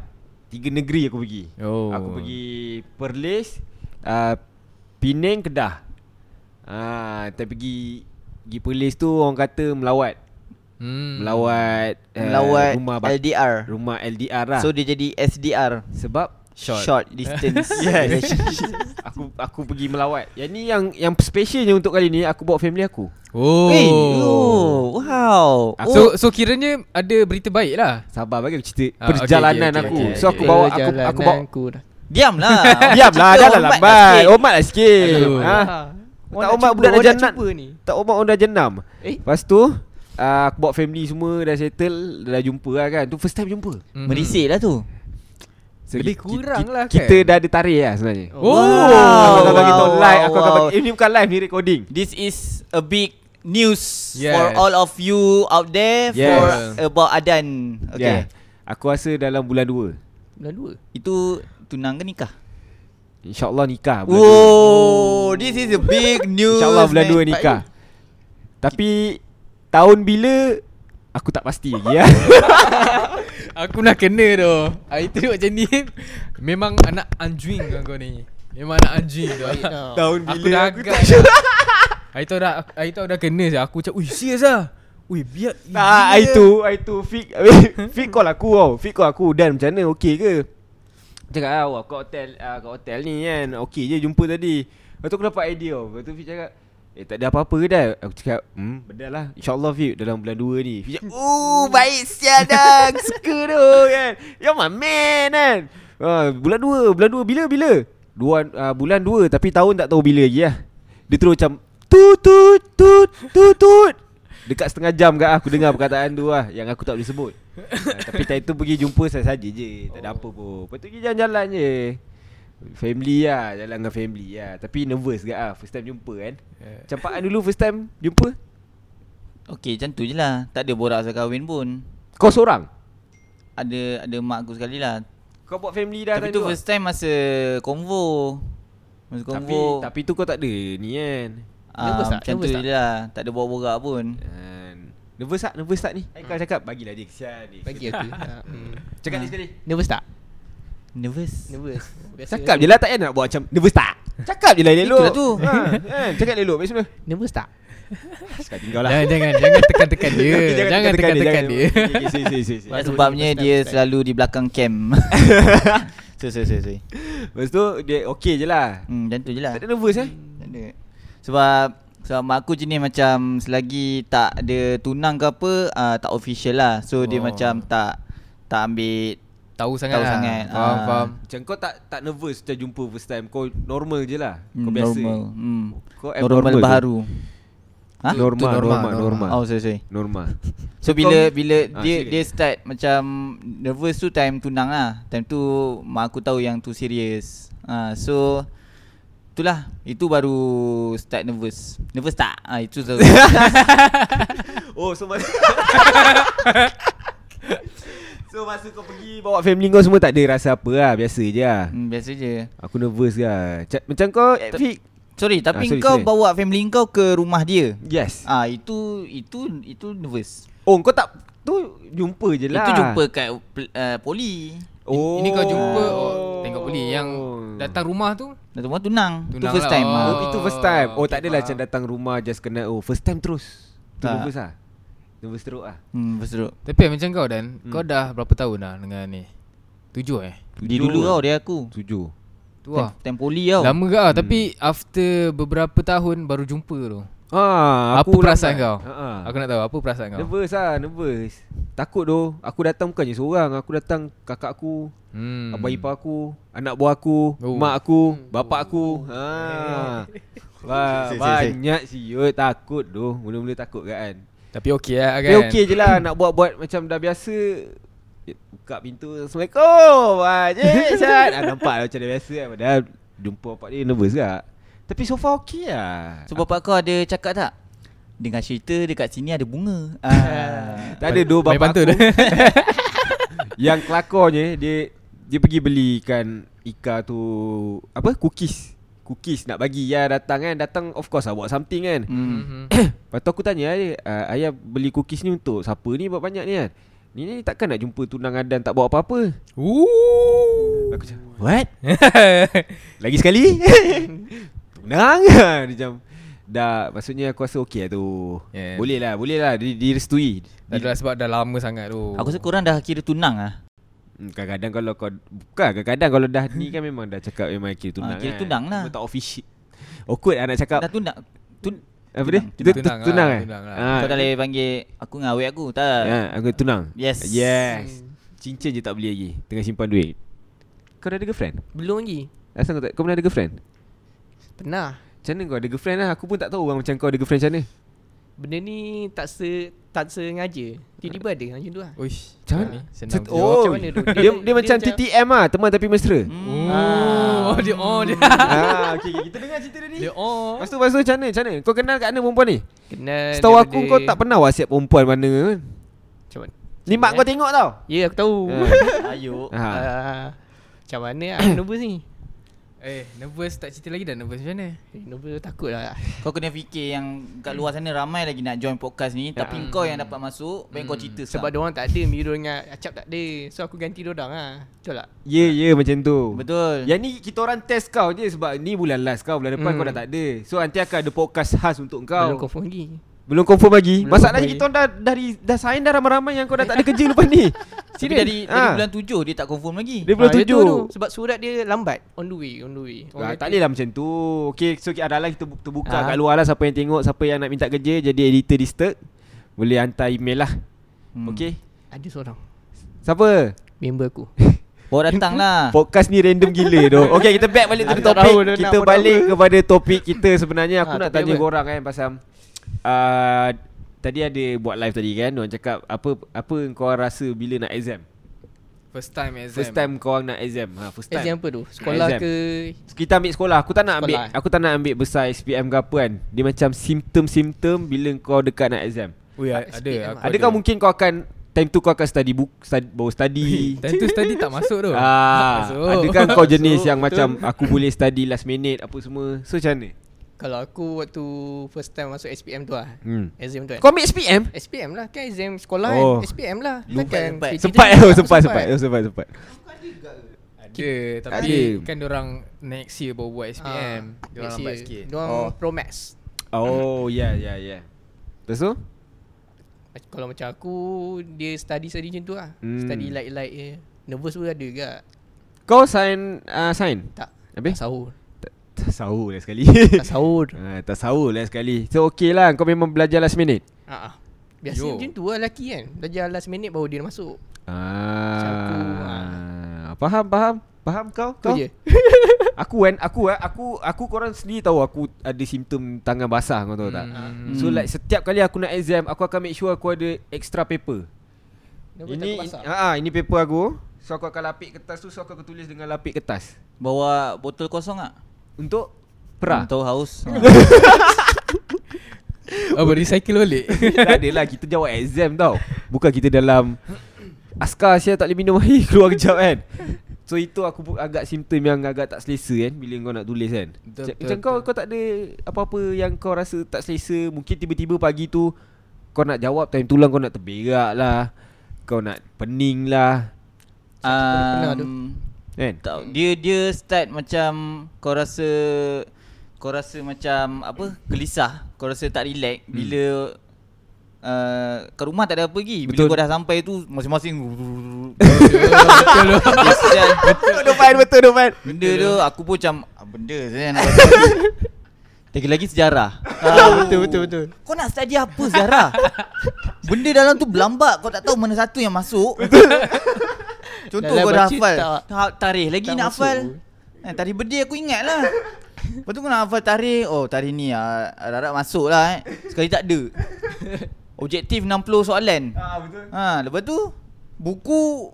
S1: Tiga negeri aku pergi
S3: Oh.
S1: Aku pergi Perlis uh, Penang, Kedah Ah, uh, Tapi pergi Pergi Perlis tu orang kata melawat
S3: hmm.
S1: Melawat eh,
S2: Melawat
S1: rumah bak-
S2: LDR.
S1: rumah LDR lah.
S2: So dia jadi SDR.
S1: sebab
S3: Short.
S2: Short [laughs] distance
S1: Yes.
S2: relationship.
S1: aku aku pergi melawat. Yang ni yang yang specialnya untuk kali ni aku bawa family aku.
S3: Oh.
S1: Eh,
S2: Hey, oh, wow.
S3: So
S1: Oh.
S3: so kiranya ada berita baik lah
S1: Sabar bagi aku cerita ah,
S3: Ah, okey,
S1: perjalanan
S3: okey,
S1: aku.
S3: okey,
S1: so aku
S3: okey.
S1: bawa aku aku bawa
S2: [laughs] Diamlah.
S1: Diamlah dah lah lambat.
S2: Oh,
S1: Omat lah sikit.
S3: Aduh. Ah.
S1: Ha. Tak omat budak dah jenam. Tak omat orang dah jenam.
S3: Eh?
S1: Lepas tu ah, aku bawa family semua dah settle dah jumpa lah kan. Tu first time jumpa.
S2: merisik lah tu.
S1: So, ki-
S3: Lebih
S1: ki-
S3: kurang
S1: ki-
S3: lah kan?
S1: Kita dah ada tarikh lah sebenarnya.
S3: Oh.
S1: Aku akan
S2: Wow,
S1: bagi tahu
S2: wow,
S1: live Aku akan
S2: wow.
S1: bagi eh, Ini bukan live ni recording
S2: This is a big news
S3: Yes.
S2: for all of you out there
S1: Yes.
S2: for about Adan.
S1: yeah.
S2: Okay.
S1: Aku rasa dalam bulan 2
S3: Bulan 2
S2: Itu tunang ke nikah?
S1: InsyaAllah nikah bulan dua.
S2: Wow, this is a big news.
S1: InsyaAllah bulan
S2: man.
S1: 2 nikah Tapi Tahun bila Aku tak pasti lagi ya.
S3: Aku nak kena tu Hari tu macam ni Memang anak anjing kan kau ni Memang anak anjing tu
S1: Tahun
S3: Aku
S1: bila
S3: dah
S1: aku
S3: agak Hari tu dah Hari tu dah kena je Aku macam Ui serius lah Ui biar
S1: Nah, Ah, hari tu Hari tu Fik [laughs] Fik call aku tau Fik call aku Dan macam mana Okay ke Cakap lah Wah kat hotel uh, Kat hotel ni kan Okay je jumpa tadi Lepas tu aku dapat idea tau. Lepas tu Fik cakap Eh tak ada apa-apa ke dah Aku cakap Hmm benar lah InsyaAllah Fik Dalam bulan 2 ni Fik cakap Oh baik siap dah Aku Suka tu kan You're my man kan uh, Bulan 2 Bulan 2 bila bila Dua, uh, Bulan 2 Tapi tahun tak tahu bila lagi lah Dia terus macam Tut tut tut tut tut Dekat setengah jam kat aku dengar perkataan tu lah Yang aku tak boleh sebut ha, Tapi time tu pergi jumpa saya saja je Tak ada apa pun Lepas tu pergi jalan-jalan je Family lah Jalan dengan family lah Tapi nervous kat lah First time jumpa kan Macam Pak An dulu first time jumpa
S2: Okay, macam tu je lah. Tak ada borak pasal kahwin pun.
S1: Kau seorang
S2: Ada ada mak aku sekali lah.
S1: Kau buat family dah
S2: Tapi
S1: time
S2: tu
S1: ah?
S2: first time masa konvo. Masa
S1: tapi,
S2: konvo.
S1: tapi tu kau tak ada ni kan
S2: Ah,
S3: Nervous tak?
S2: macam tu
S3: Nervous tak?
S2: je lah. Tak ada borak-borak pun.
S1: Dan, Nervous tak? Nervous tak ni? Kau cakap bagilah dia kesian ni
S4: Bagi aku
S1: Cakap ni sekali
S4: Nervous tak?
S2: Nervous.
S4: Nervous Biasa
S1: Cakap je lah tak payah nak buat macam Nervous tak? Cakap je lah elok
S2: Itulah tu.
S1: ha, [laughs] kan? Cakap elok baik sana
S4: Nervous
S1: [laughs]
S4: tak?
S1: Sekarang tinggal lah [laughs]
S3: Jangan jangan jangan tekan-tekan dia.
S1: Okay,
S3: jangan tekan-tekan dia.
S1: Okay, okay, okay, okay, okay,
S2: Itulah
S1: okay.
S2: sebabnya
S4: first time,
S2: dia
S4: first time.
S2: selalu di belakang cam. so, so, so, so.
S1: Lepas tu dia okey je lah
S2: Hmm, macam tu je lah.
S1: Tak ada nervous eh
S2: Tak ada. Sebab sebab mak aku jenis macam selagi tak ada tunang ke apa uh, tak official lah. So oh. dia
S3: Oh.
S2: macam tak tak ambil
S3: Tahu sangat.
S2: Tahu
S3: lah.
S2: sangat.
S3: Faham
S2: Ah.
S3: faham.
S1: Macam kau tak tak nervous Macam jumpa first time Kau normal je lah Kau biasa
S2: Hmm, normal. Hmm.
S1: Kau
S2: Normal
S1: abnormal tu.
S2: baharu. Ha?
S1: Norma,
S3: Tu
S1: norma,
S3: norma,
S1: norma.
S3: norma.
S2: Oh sorry sorry [laughs]
S1: Norma.
S2: So bila bila
S1: Ah,
S2: dia
S1: serious.
S2: dia start macam nervous tu time tunang lah. Time tu mak aku tahu yang tu serious. Ha, so itulah itu baru start nervous. Nervous tak? Ha, itu tu.
S1: [laughs] Oh, so masa [laughs] So masa kau pergi bawa family kau semua tak ada rasa apa lah, biasa je lah.
S2: hmm, biasa je.
S1: Aku nervous lah. Ca- macam kau
S2: Ta-
S1: Fik.
S2: Sorry tapi
S1: Ah, sorry,
S2: kau
S1: sorry.
S2: bawa family kau ke rumah dia.
S1: Yes.
S2: Ah ha, itu itu itu nervous.
S1: Oh, kau tak tu jumpa je lah.
S2: Itu jumpa kat uh, poli.
S1: Oh.
S3: Ini kau jumpa oh, Tengok beli Yang datang rumah tu
S2: Dah rumah tunang. Tu
S3: Tunang
S2: first
S3: lah.
S2: time.
S1: Oh,
S2: ah.
S1: oh itu first time. Oh,
S3: okay,
S1: tak adalah
S3: faham.
S1: macam datang rumah just kena oh first time terus. Tu
S2: Tak.
S1: nervous ah. Nervous teruk ah.
S2: Hmm berseruk.
S3: Tapi macam kau Dan
S1: Hmm.
S3: hmm. Kau dah berapa tahun dah dengan ni Tujuh eh
S1: lah.
S2: Dia dulu kau dia aku.
S1: Tujuh. Hmm.
S3: Tu lah
S2: Time poli kau.
S3: Lama ke lah Tapi after beberapa tahun Baru jumpa tu
S1: Ah,
S3: Apa perasaan kau?
S1: Ha
S3: Aku nak tahu Apa perasaan kau?
S1: Nervous ah, nervous. Takut doh. Aku datang bukannya seorang, aku datang kakak aku,
S3: Hmm.
S1: hmm. abang ipar aku, anak buah aku, oh.
S3: Oh.
S1: mak aku, bapak aku.
S2: [laughs]
S1: Ha. Ba-
S2: Hmm. Si, si, si.
S1: banyak siut takut doh. Mula-mula takut kan.
S3: Tapi okey lah kan
S1: Tapi okey je lah nak buat-buat macam dah biasa Buka pintu Assalamualaikum Wajib Syat ah, Nampak lah macam dah biasa kan Padahal jumpa bapak dia nervous juga Tapi so far okey lah
S2: So bapak kau ada cakap tak? Dengan cerita dekat sini ada
S1: [laughs]
S2: bunga. Ah.
S1: Tak ada dua bapak
S3: Main pantun.
S1: aku
S3: [laughs]
S1: Yang kelakornya Dia dia pergi belikan Ika tu Apa? Cookies Cookies nak bagi Ya datang kan Datang of course lah Bawa something kan
S2: hmm.
S3: Mhm.
S1: Lepas tu aku tanya dia uh, Ayah beli cookies ni untuk Siapa ni buat banyak ni kan Ni ni takkan nak jumpa tunang adan Tak bawa apa-apa
S3: Ooh. [laughs]
S1: Aku macam What? Lagi sekali [laughs] Tunang lah." [laughs] Dia macam Dah Maksudnya aku rasa okey lah tu
S3: Yeah.
S1: yeah. Boleh lah Boleh lah di, Direstui
S3: Tak adalah sebab dah lama sangat tu
S2: Aku rasa korang dah kira tunang ah.
S1: Hmm, Kadang-kadang kalau kau Bukan kadang-kadang kalau dah ni kan Memang dah cakap Memang kira tunang
S2: Ah, kira
S1: kan.
S2: tunang lah.
S1: Cuma tak official Awkward lah nak cakap
S2: Dah tunang. Tun
S1: Apa dia?
S2: tunang,
S1: Tu- tu-
S3: tunang.
S1: Tunang,
S3: Tunang lah,
S1: eh?
S3: tunang lah.
S1: Ah,
S2: kau dah boleh panggil aku dengan awek aku tak.
S1: ah, Aku tunang
S2: Yes.
S1: Yes Cincin je tak beli lagi Tengah simpan duit Kau dah ada girlfriend?
S4: Belum lagi
S1: Asal kau tak Kau pernah ada girlfriend?
S4: Pernah
S1: Macam mana kau ada girlfriend lah Aku pun tak tahu orang macam kau ada girlfriend macam mana
S4: Benda ni tak se tak sengaja Tiba-tiba ada macam tu
S1: Oh,
S4: lah
S3: Uish
S1: Macam
S3: kau
S1: mana?
S3: ni Senang
S1: Cet-
S3: oh.
S1: oh,
S4: Macam mana
S1: dia,
S4: tu?
S1: dia,
S4: Dia- dia
S1: macam
S4: macam-
S1: TTM ah, teman tapi mesra.
S2: Hmm.
S3: Oh,
S2: Ah.
S3: dia on dia.
S1: [laughs] ah, okey okey, kita dengar cerita dia ni.
S3: Dia on.
S1: Lepas tu, lepas tu macam mana? Macam mana? Kau kenal kat mana perempuan ni?
S3: Eh,
S4: Kenal
S1: Setahu aku kau tak
S4: pernah
S1: pernah wasiat perempuan mana kan?
S4: Macam mana
S1: Ni mak
S4: eh?
S1: kau tengok tau.
S4: Ya aku tahu
S2: Ayuk.
S1: Ha.
S4: Ah, Macam mana aku nervous ni
S3: Eh, nervous tak cerita lagi dah nervous macam mana?
S4: Eh, Nervous takut lah
S2: Kau kena fikir yang kat luar sana ramai lagi nak join podcast ni tapi
S1: Ah.
S2: kau yang dapat masuk, baik kau
S1: Hmm.
S2: cerita
S4: Sebab
S2: sekarang.
S4: diorang tak ada Miro dengan Acap tak ada So aku ganti diorang lah Betul tak?
S1: Ya, yeah, ya yeah, macam tu. Ya,
S2: Betul.
S1: Yang ni kita orang test kau je sebab ni bulan last kau, bulan depan
S4: Hmm.
S1: kau dah tak ada. So nanti akan ada podcast khas untuk kau.
S4: Belum confirm lagi
S1: Belum confirm lagi.
S4: Belum
S1: Masalahnya
S4: lagi.
S1: kita orang dah dari dah sign dah ramai-ramai yang kau dah tak ada kerja lepas ni.
S2: Tapi dari, dari
S1: Ah.
S2: bulan tujuh dia tak confirm lagi.
S1: Dia bulan
S4: Ah, dia tu
S1: tujuh.
S4: tu. Sebab surat dia lambat On the way On the way Orang
S1: Ah, tak
S4: kata-
S1: boleh lah macam tu Okay so ada lah kita bu- terbuka
S4: Ah.
S1: kat luar lah Siapa yang tengok Siapa yang nak minta kerja Jadi editor disturb Boleh hantar email lah
S2: Hmm.
S1: Okay
S4: Ada seorang
S1: Siapa?
S4: Member aku
S2: Bawa datang lah.
S1: Podcast ni random gila
S4: [laughs]
S1: tu Okay kita back balik to the
S4: Ah. Aku tak
S1: topic
S4: tahu dia nak
S1: Kita
S4: buat
S1: balik
S4: apa.
S1: kepada topik kita sebenarnya Aku
S4: Ah,
S1: nak
S4: topik
S1: tanya
S4: apa?
S1: korang kan pasal uh, Tadi ada buat live tadi kan Diorang cakap apa apa kau rasa bila nak exam
S3: First time exam.
S1: First time kau nak [laughs] exam ha, First time
S4: Exam apa tu? Sekolah
S1: Exam.
S4: ke
S1: So, Kita ambil sekolah Aku tak nak ambil
S4: Sekolah, eh?
S1: Aku tak nak ambil besar SPM ke apa kan Dia macam simptom-simptom Bila kau dekat nak exam
S3: Ui, a- ada.
S4: Ah, speed
S3: aku
S4: lah.
S1: Adakah mungkin kau akan Time tu kau akan study book study, Baru
S4: [laughs]
S1: study
S3: Time tu study tak masuk tu.
S1: [laughs] Ah,
S3: Masuk.
S1: Adakah kau jenis
S4: Masuk,
S1: yang
S4: betul.
S1: macam Aku boleh study last minute Apa semua So macam mana
S4: Kalau aku waktu First time masuk SPM tu lah
S1: hmm.
S4: Exam tu kan
S1: Kau ambil SPM
S4: SPM lah kan exam sekolah
S1: Oh.
S4: oh. kan SPM lah
S2: Lupa,
S4: Takkan
S2: lupa.
S4: PTJ
S1: Sempat
S4: tak?
S1: oh, sempat, sempat, oh, sempat, sempat.
S3: Ada
S1: Ada.
S3: tapi kan orang next year baru buat SPM.
S4: Ah,
S3: Dia orang
S4: next
S3: lambat
S4: year.
S3: sikit.
S4: Diorang
S2: Oh.
S4: Pro Max
S1: Oh ya ya ya Lepas tu
S4: Kalau macam aku Dia study study macam tu lah
S1: Hmm.
S4: Study light-light je Nervous pun ada juga
S1: Kau sign uh, Sign
S4: Tak
S1: Habis?
S4: Tak
S1: [laughs]
S4: sahur
S1: Tak sahur lah sekali
S4: Tak sahur
S1: Ah, [laughs] Tak sahur lah sekali So okay lah Kau memang belajar last minute
S4: Ah, ah. Biasa
S3: Yo.
S4: macam tu lah lelaki kan Belajar last minute baru dia masuk
S1: Ah,
S4: aku,
S1: Faham faham Faham kau?
S4: Kau
S1: Kau?
S4: je
S1: Aku kan Aku eh, Aku Aku korang sendiri tahu Aku ada simptom tangan basah Kau tahu tak
S3: Hmm.
S1: So like setiap kali aku nak exam Aku akan make sure aku ada extra paper Ini ha, Ini paper aku So aku akan lapik kertas tu So aku akan tulis dengan lapik kertas
S2: Bawa botol kosong tak? Hmm,
S1: Untuk Pra [laughs]
S2: Tahu haus
S3: Apa Oh, recycle balik
S1: Tak adalah Kita jawab exam tau Bukan kita dalam Askar saya tak boleh minum air [laughs] Keluar kejap kan So itu aku bu- agak simptom yang agak tak selesa kan Bila kau nak tulis kan Macam,
S3: Betul, betul,
S1: macam kau
S3: betul.
S1: kau tak ada apa-apa yang kau rasa tak selesa Mungkin tiba-tiba pagi tu Kau nak jawab time tulang kau nak terberak lah Kau nak pening lah
S3: pernah tu.
S2: um,
S1: Kan
S2: tak, Dia dia start macam Kau rasa Kau rasa macam Apa Gelisah Kau rasa tak relax
S1: Hmm.
S2: Bila uh, Kat rumah tak ada apa lagi Bila
S1: Betul.
S2: kau dah sampai tu Masing-masing [laughs]
S3: Betul tu
S2: Betul
S1: Dopan betul Dopan
S2: Benda tu aku pun macam ah, Benda saya nak [laughs] baca Lagi-lagi sejarah [laughs] oh.
S4: Betul, betul, betul.
S2: Kau nak study apa sejarah? [laughs] Benda dalam tu berlambak Kau tak tahu mana satu yang masuk [laughs] Contoh
S4: Dalam
S2: kau dah
S4: baca
S2: hafal
S4: tak-
S2: Ta- Tarikh lagi
S4: tak
S2: nak
S4: masuk.
S2: hafal eh, Tarikh birthday aku ingat lah Lepas tu kau nak hafal tarikh Oh tarikh ni ah, Harap masuk lah eh Sekali tak ada Objektif 60 soalan
S1: Ah betul
S2: Ha, lepas tu buku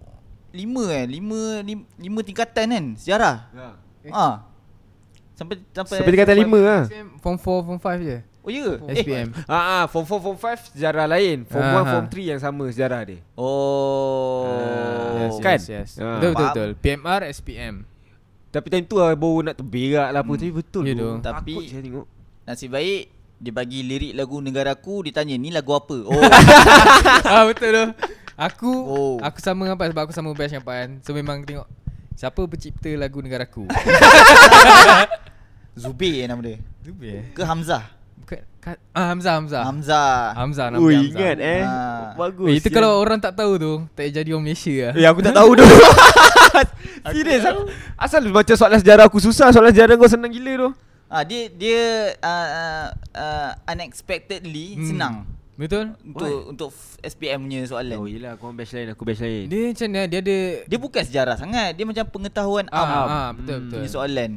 S2: lima eh, lima lima, lima tingkatan kan sejarah.
S1: Ya.
S2: Ha. Sampai sampai
S1: Sampai dia kata lima lah
S3: Form 4, Form 5 je
S2: Oh ya. ke? Eh.
S3: SPM
S1: Ah, ah, form 4, form 5 sejarah lain Form 1,
S3: Ah, ha.
S1: form 3 yang sama sejarah dia
S2: Oh.
S1: yes,
S2: Kan?
S1: yes. Ah.
S3: Betul, betul, betul PMR, SPM
S1: Tapi time tu lah baru nak terberak lah apa hmm. Tapi betul
S3: Ya
S1: tu
S3: doh.
S1: Tapi
S2: Tapi-
S1: saya tengok
S2: Nasib Ah, baik dia bagi lirik lagu negaraku ditanya ni lagu apa? Oh.
S3: [laughs] [laughs] ah betul tu. Aku
S2: Oh.
S3: oh. aku sama dengan Pan sebab aku sama batch dengan Pan. So memang tengok siapa pencipta lagu negaraku.
S2: Zubir eh nama dia.
S3: Zubir.
S2: Ke Hamzah?
S3: Bukan Ka- ah Hamzah Hamzah.
S2: Hamzah.
S3: Hamzah nama
S1: Ui
S3: dia Hamzah.
S1: ingat eh
S2: Ah.
S1: Bagus
S3: Eh, itu
S1: ya.
S3: kalau orang tak tahu tu tak payah jadi orang Malaysia lah.
S1: Eh aku tak tahu tu
S3: [laughs]
S1: Serius aku, Asal macam soalan sejarah aku susah Soalan sejarah kau senang gila tu
S2: Ah dia dia uh, uh, unexpectedly
S3: Hmm.
S2: senang
S3: Betul?
S2: untuk untuk f- SPM punya soalan.
S1: Oh yelah kau batch lain aku batch lain
S3: Dia macam mana dia ada
S2: Dia bukan sejarah sangat Dia macam pengetahuan am
S3: ah, ah, betul
S1: Hmm.
S3: betul.
S2: Punya soalan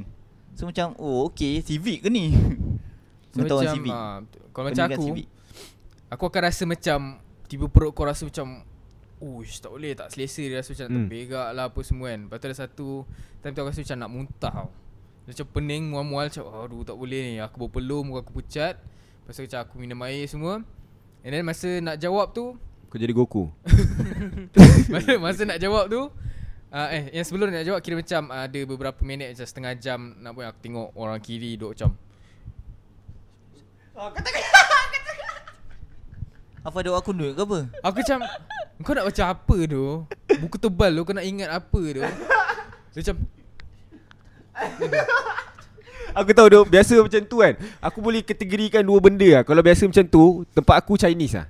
S2: So macam Oh okay Civic ke
S3: [laughs]
S2: ni
S3: So,
S2: Pengetahuan
S3: macam,
S2: civic
S3: ah, betul. kalau macam
S2: Pendidikan
S3: aku
S2: civic.
S3: aku akan rasa macam tiba perut kau rasa macam Uish tak boleh tak selesa Dia rasa macam nak
S1: Hmm.
S3: terberak lah apa semua kan Lepas tu ada satu Time tu aku rasa macam nak muntah tau Dia Macam pening mual-mual macam Aduh tak boleh ni Aku berpeluh muka aku pucat Lepas tu macam aku minum air semua And then masa nak jawab tu [coughs]
S1: Kau jadi Goku
S3: masa, masa nak jawab tu uh, Eh yang sebelum nak jawab Kira macam uh, ada beberapa minit Macam setengah jam Nak buat aku tengok orang kiri Duduk macam
S2: Apa doa aku nut ke apa
S3: Aku macam Kau nak baca apa tu Buku tebal tu Kau nak ingat apa tu Dia macam
S1: Aku tahu doh Biasa macam tu kan Aku boleh kategorikan dua benda lah Kalau biasa macam tu Tempat aku Chinese lah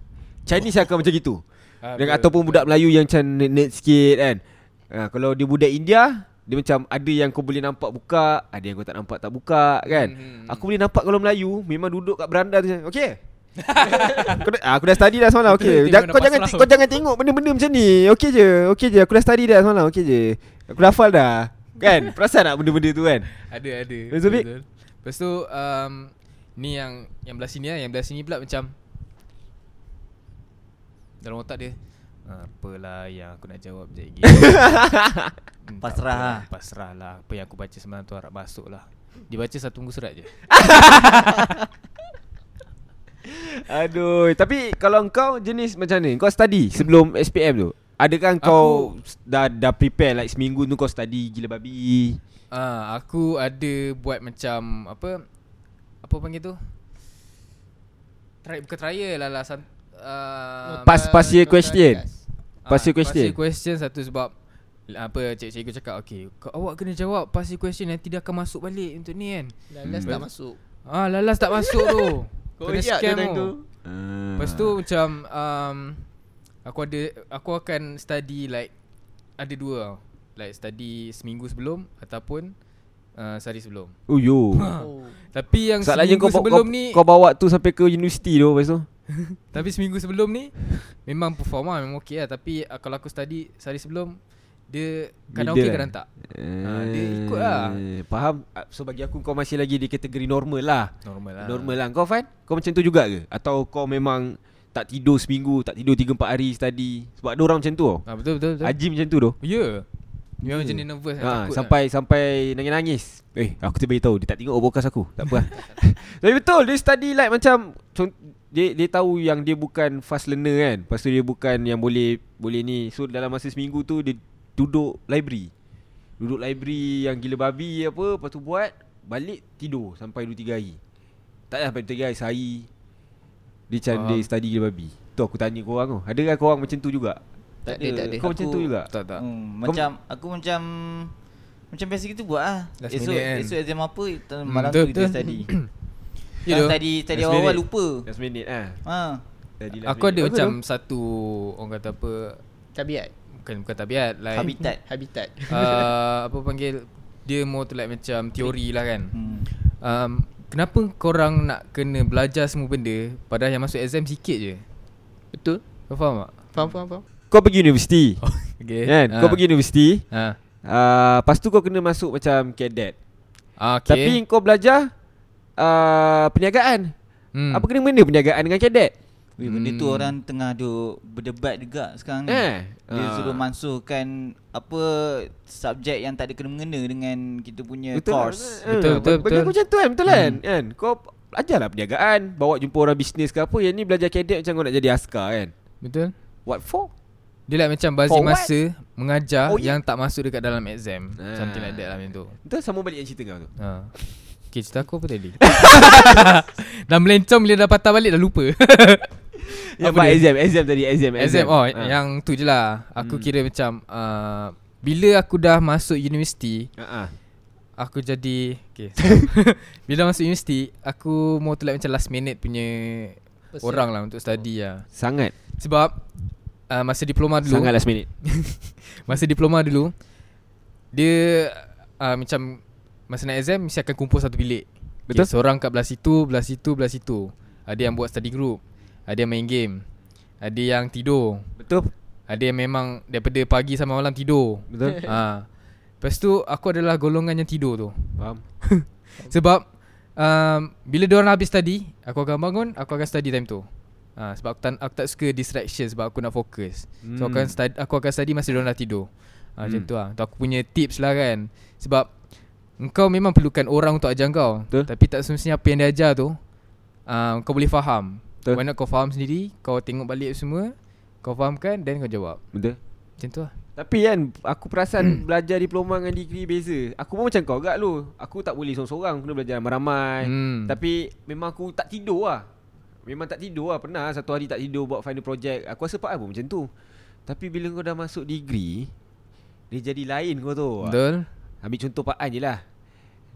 S1: Chinese akan macam gitu
S3: Ah,
S1: Dan
S3: betul,
S1: ataupun budak Melayu yang macam nerd, nerd sikit kan ha, Kalau dia budak India Dia macam ada yang kau boleh nampak buka Ada yang kau tak nampak tak buka kan
S3: Mhm.
S1: Aku boleh nampak kalau Melayu Memang duduk kat beranda tu macam,
S3: [laughs]
S1: Okay aku, dah, ah, aku dah study dah semalam
S3: Betul,
S1: okay.
S3: betul,
S1: Jangan,
S3: memang
S1: kau
S3: dah
S1: jangan
S3: pasrah.
S1: kau jangan tengok benda-benda macam ni. Okey je. Okey je. Aku dah study dah semalam. Okey je. Aku dah hafal dah. Kan? Perasan tak benda-benda tu kan?
S3: Ada ada
S2: Eh,
S1: Lepas tu, Vic?
S3: Betul. Lepas tu um, Ni yang Yang belah sini lah Yang belah sini pula macam Dalam otak dia Apalah yang aku nak jawab
S2: [laughs]
S3: sekejap lagi Hmm, tak
S2: Pasrah
S3: apa,
S2: lah.
S3: Pasrah lah Apa yang aku baca semalam tu harap masuk lah Dia baca satu buku surat je
S1: Aduh, tapi kalau kau jenis macam ni, kau study sebelum SPM tu. Adakah kau s- dah dah prepare like seminggu tu kau study gila babi?
S3: Ah, aku ada buat macam apa apa panggil tu? Try bukan trial lah lah san,
S4: Oh,
S3: uh,
S1: Pas pas year question. Pass your
S3: Pass
S1: question.
S3: year ah, question satu sebab apa cikgu-cikgu cakap okey kau awak kena jawab pass year question nanti dia akan masuk balik untuk ni kan.
S4: Lalas
S1: Hmm.
S4: tak
S1: [coughs]
S4: masuk
S3: Ah lalas tak masuk tu.
S4: Kau
S3: kena
S4: ejak tu
S3: scam
S4: time
S3: tu.
S4: tu
S1: Uh,
S3: Lepas tu macam um, Aku ada Aku akan study like Ada dua tau Like study seminggu sebelum Ataupun uh, Sehari sebelum
S1: Oh yo.
S4: Oh.
S3: Tapi yang
S1: Soalannya kau,
S3: seminggu
S1: bawa-
S3: sebelum
S1: kau,
S3: ni
S1: kau bawa tu sampai ke universiti tu lepas tu.
S3: ah, Tapi seminggu sebelum ni Memang perform lah Memang okey lah Tapi uh, kalau aku study Sehari sebelum Dia
S1: Middle
S3: kadang okey
S1: eh?
S3: kadang tak
S1: Eh,
S3: dia ikut lah.
S1: Faham Ah, So bagi aku kau masih lagi di kategori normal lah
S3: Normal lah
S1: Normal lah Kau Fan Kau macam tu juga ke Atau kau memang Tak tidur seminggu Tak tidur 3-4 hari study Sebab ada orang macam tu tau
S3: ha, Betul betul betul
S1: Haji macam tu doh
S3: Ya yeah. Memang macam ni nervous ha,
S1: Ha,
S3: takut
S1: sampai lah. sampai nangis-nangis. Eh, aku terberitahu dia tak tengok podcast aku. Tak apa. lah. [laughs] Tapi betul dia study like macam cont- dia dia tahu yang dia bukan fast learner kan. Lepas tu dia bukan yang boleh boleh ni. So dalam masa seminggu tu dia duduk library. Duduk library yang gila babi apa, lepas tu buat balik tidur sampai 2 3 hari. Tak payah sampai 3 hari sehari. Dia macam
S3: Faham.
S1: dia study gila babi. Tu aku tanya korang tu. Ada kan korang macam tu juga?
S2: Tak ada, tak ada.
S1: Kau macam
S2: Aku-
S1: tu juga?
S3: lah. Tak tak
S2: Hmm, macam aku macam macam biasa gitu buat lah.
S3: Last
S2: esok
S3: minute kan?
S2: esok exam apa kita
S3: Hmm,
S2: malam
S3: betul,
S2: tu kita
S3: betul.
S1: [clears throat]
S2: study.
S3: Ya,
S2: Kan
S3: doh.
S2: study study
S1: Last
S2: awal-awal
S1: minute.
S2: lupa.
S1: Last minute ah.
S2: Ha.
S1: Study last
S3: Aku ada
S1: minute. Bagus
S3: macam
S1: doh.
S3: satu Orang kata apa
S4: Tabiat
S3: Bukan, bukan tabiat like,
S2: Habitat.
S4: Habitat
S3: uh, Apa panggil Dia more to like macam Teori lah kan
S2: Hmm.
S3: um, Kenapa korang nak kena belajar semua benda Padahal yang masuk exam sikit je
S4: Betul
S3: Kau faham [laughs] tak?
S4: Faham faham faham
S1: Kau pergi universiti
S3: Oh, Okay Ah.
S1: Kan Kau pergi universiti
S3: ha.
S1: uh, Lepas tu kau kena masuk macam cadet
S3: Ah,
S1: okay. Tapi
S3: okay.
S1: kau belajar uh, Perniagaan
S3: hmm.
S1: hmm. Apa kena mengena perniagaan dengan cadet
S2: Weh, benda tu orang tengah duk berdebat juga sekarang ni.
S1: Hmm. Eh,
S2: Dia
S1: ah.
S2: suruh mansuhkan apa subjek yang tak ada kena-mengena dengan kita punya
S1: Betul,
S2: course.
S3: Betul,
S1: betul, betul,
S3: betul,
S1: Bagi
S3: betul. Hmm.
S1: aku macam tu kan Betul kan, kan? Kau ajarlah perniagaan Bawa jumpa orang bisnes ke apa Yang ni belajar cadet macam kau nak jadi askar kan
S3: Betul
S1: What for?
S3: Dia like macam bazir
S1: For what?
S3: masa Mengajar
S1: Oh,
S3: oh,
S1: yeah.
S3: yang tak masuk dekat dalam exam
S1: Ah.
S3: Something like that lah macam tu
S1: Betul sama balik yang cerita kau tu [laughs]
S3: ha. Okay cerita aku apa tadi? [laughs] dah melencong bila dah patah balik dah lupa [laughs]
S1: Yang
S3: Apa
S1: pak
S3: dia?
S1: exam Exam tadi Exam
S3: Ya, Exam oh
S1: Ah. Hmm.
S3: yang tu je lah Aku kira macam uh, Bila aku dah masuk universiti
S1: Ah, ah.
S3: Aku jadi okay. [laughs] Bila masuk universiti Aku more to like macam last minute punya
S4: Persiap.
S3: Orang lah untuk study lah
S1: Sangat
S3: Sebab uh, Masa diploma dulu
S1: Sangat lah. last minute
S3: [laughs] Masa diploma dulu Dia uh, Macam Masa nak exam Mesti akan kumpul satu bilik
S1: Betul.
S3: okay, Seorang kat belah situ Belah situ Belah situ Ada yang buat study group Ada yang main game Ada yang tidur
S1: Betul
S3: Ada yang memang Daripada pagi sampai malam tidur [laughs]
S1: Betul
S3: ha. Lepas tu Aku adalah golongan yang tidur tu
S1: Faham
S3: sebab um, Bila diorang habis study Aku akan bangun Aku akan study time tu ha, Sebab aku tak, aku tak suka distraction Sebab aku nak fokus hmm. So aku akan,
S1: Hmm.
S3: study, aku akan study Masa diorang dah tidur ha, hmm. Macam
S1: Hmm.
S3: tu lah tu Aku punya tips lah kan Sebab Kau memang perlukan orang untuk ajar kau
S1: Betul.
S3: Tapi tak semestinya apa yang dia ajar tu um, Kau boleh faham
S1: Betul.
S3: Betul. Why not kau faham sendiri Kau tengok balik semua Kau fahamkan Then kau jawab
S1: Betul
S3: Macam tu lah
S1: Tapi kan Aku perasan [clears throat] Belajar diploma dengan degree beza Aku pun macam kau agak lu Aku tak boleh sorang-sorang Aku kena belajar ramai-ramai
S3: Hmm.
S1: Tapi Memang aku tak tidur lah Memang tak tidur lah Pernah satu hari tak tidur Buat final project Aku rasa Pak Al pun macam tu Tapi bila kau dah masuk degree Dia jadi lain kau tu
S3: Betul
S1: Ambil contoh Pak An je lah